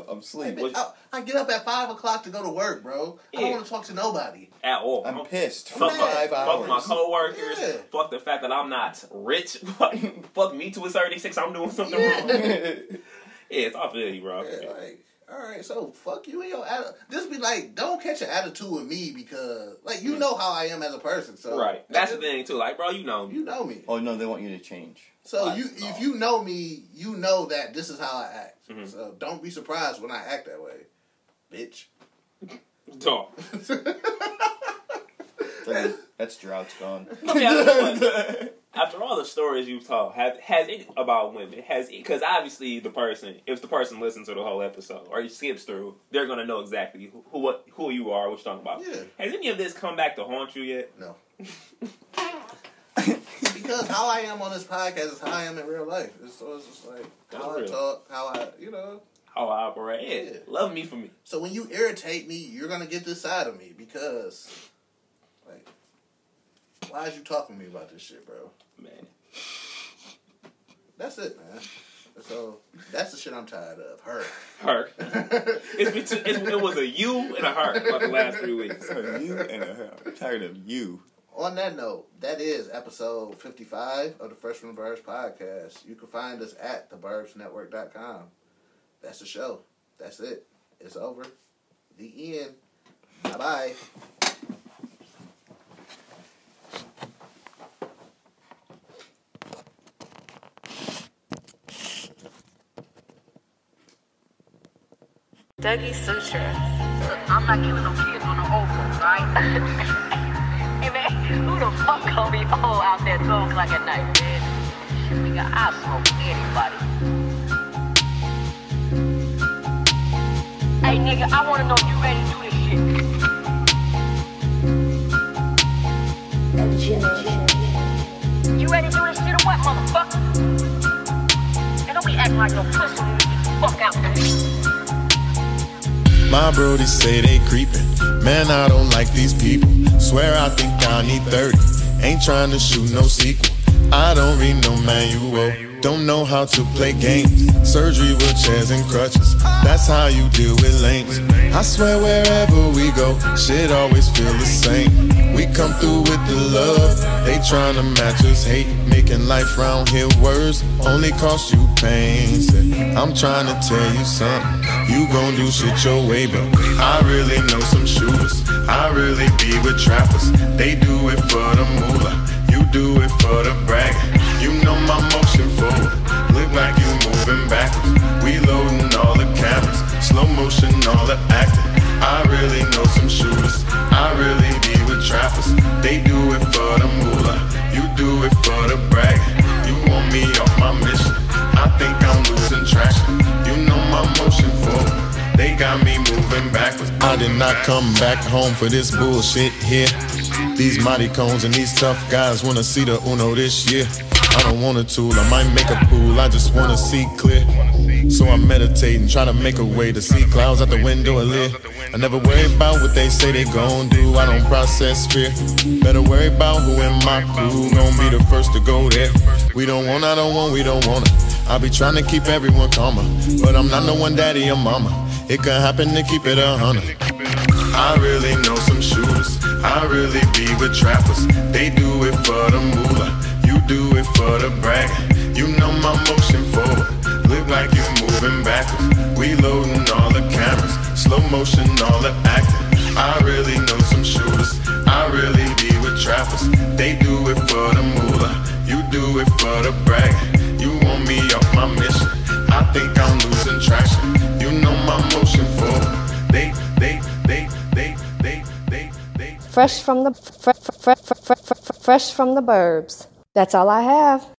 I'm asleep.
Bitch, I, I get up at five o'clock to go to work, bro. I
Yeah.
don't want to talk to nobody.
At all.
I'm pissed for
Fuck my-
five
Fuck my
hours.
coworkers.
Yeah.
Fuck the fact that I'm not rich. Fuck, fuck me to a 36. I'm doing something
Yeah.
wrong. Yeah, it's all for you, bro.
Yeah, like, all right, so fuck you and your attitude. This be like, don't catch an attitude with me because, like, you know how I am as a person. So
Right. That's the thing too. Like, bro, you know me.
You know me.
Oh, no, they want you to change.
So you, if you know me, you know that this is how I act.
Mm-hmm.
So don't be surprised when I act that way, bitch.
Dog.
That- That's drought's gone.
I mean, after, after all the stories you've told, have has it about women? Has because obviously the person, if the person listens to the whole episode or skips through, they're gonna know exactly who who, what, who you are, what you're talking about.
Yeah.
Has any of this come back to haunt you yet?
No. because how I am on this podcast is how I am in real life. It's, so it's just like
That's
how
real.
I talk, how I, you know.
How Oh, I operate? Yeah.
Yeah.
Love me for me.
So when you irritate me, you're gonna get this side of me because, like, why is you talking to me about this shit, bro?
Man.
That's it, man. So that's the shit I'm tired of. Her.
Her. It's between, it's, it was a you and a her about the last three weeks.
you and her. I'm tired of you.
On that note, that is episode 55 of the Freshman Birds podcast. You can find us at theburbsnetwork.com. That's the show. That's it. It's over. The end. Bye bye.
Dougie Sutra. Look, I'm not giving no kids on the whole folks, all right? hey, man, who the fuck gonna be old out there 12 o'clock at night, man? Shit, nigga, I smoke anybody. Hey, nigga, I wanna know if you ready to do this shit. You ready to do this shit or what, motherfucker? And don't be acting like no pussy when we get the fuck out there.
My brody say they creepin'. Man, I don't like these people. Swear I think I need 30. Ain't tryna shoot no sequel. I don't read no manual. Don't know how to play games. Surgery, wheelchairs, and crutches. That's how you deal with lanes. I swear wherever we go, shit always feel the same. We come through with the love. They tryna match us hate. Making life round here worse. Only cost you pain. Say, I'm tryna tell you something. You gon' do shit your way, but I really know some shooters. I really be with trappers. They do it for the moolah. You do it for the bragging. You know my motion forward. Look like you moving backwards. We loading all the cameras. Slow motion, all the acting. I really know some shooters. I really be with trappers. They do it for the moolah. You do it for the bragging. You want me off my mission. I think I'm losing traction. You know my motion forward. They got me moving backwards. I did not come back home for this bullshit here. These mighty cones and these tough guys wanna see the Uno this year. I don't want a tool, I might make a pool, I just wanna see clear. So I'm meditating, trying to make a way to see clouds out the window a lid. I never worry about what they say they gon' do, I don't process fear. Better worry about who in my crew gon' be the first to go there. We don't want, I don't want, we don't want it. I be tryna keep everyone calmer, but I'm not no one daddy or mama. It could happen to keep it a hundred. I really know some shooters. I really be with trappers. They do it for the moolah. You do it for the bragging. You know my motion forward. Look like you moving backwards. We loading all the cameras. Slow motion, all the acting. I really know some shooters. I really be with trappers. They do it for the moolah. You do it for the bragging. You want me off my mission. I think I'm losing traction. You know my motion forward. They, they, they, they, they.
fresh from the fr- fr- fr- fr- fr- fr- fresh from the burbs. That's all I have.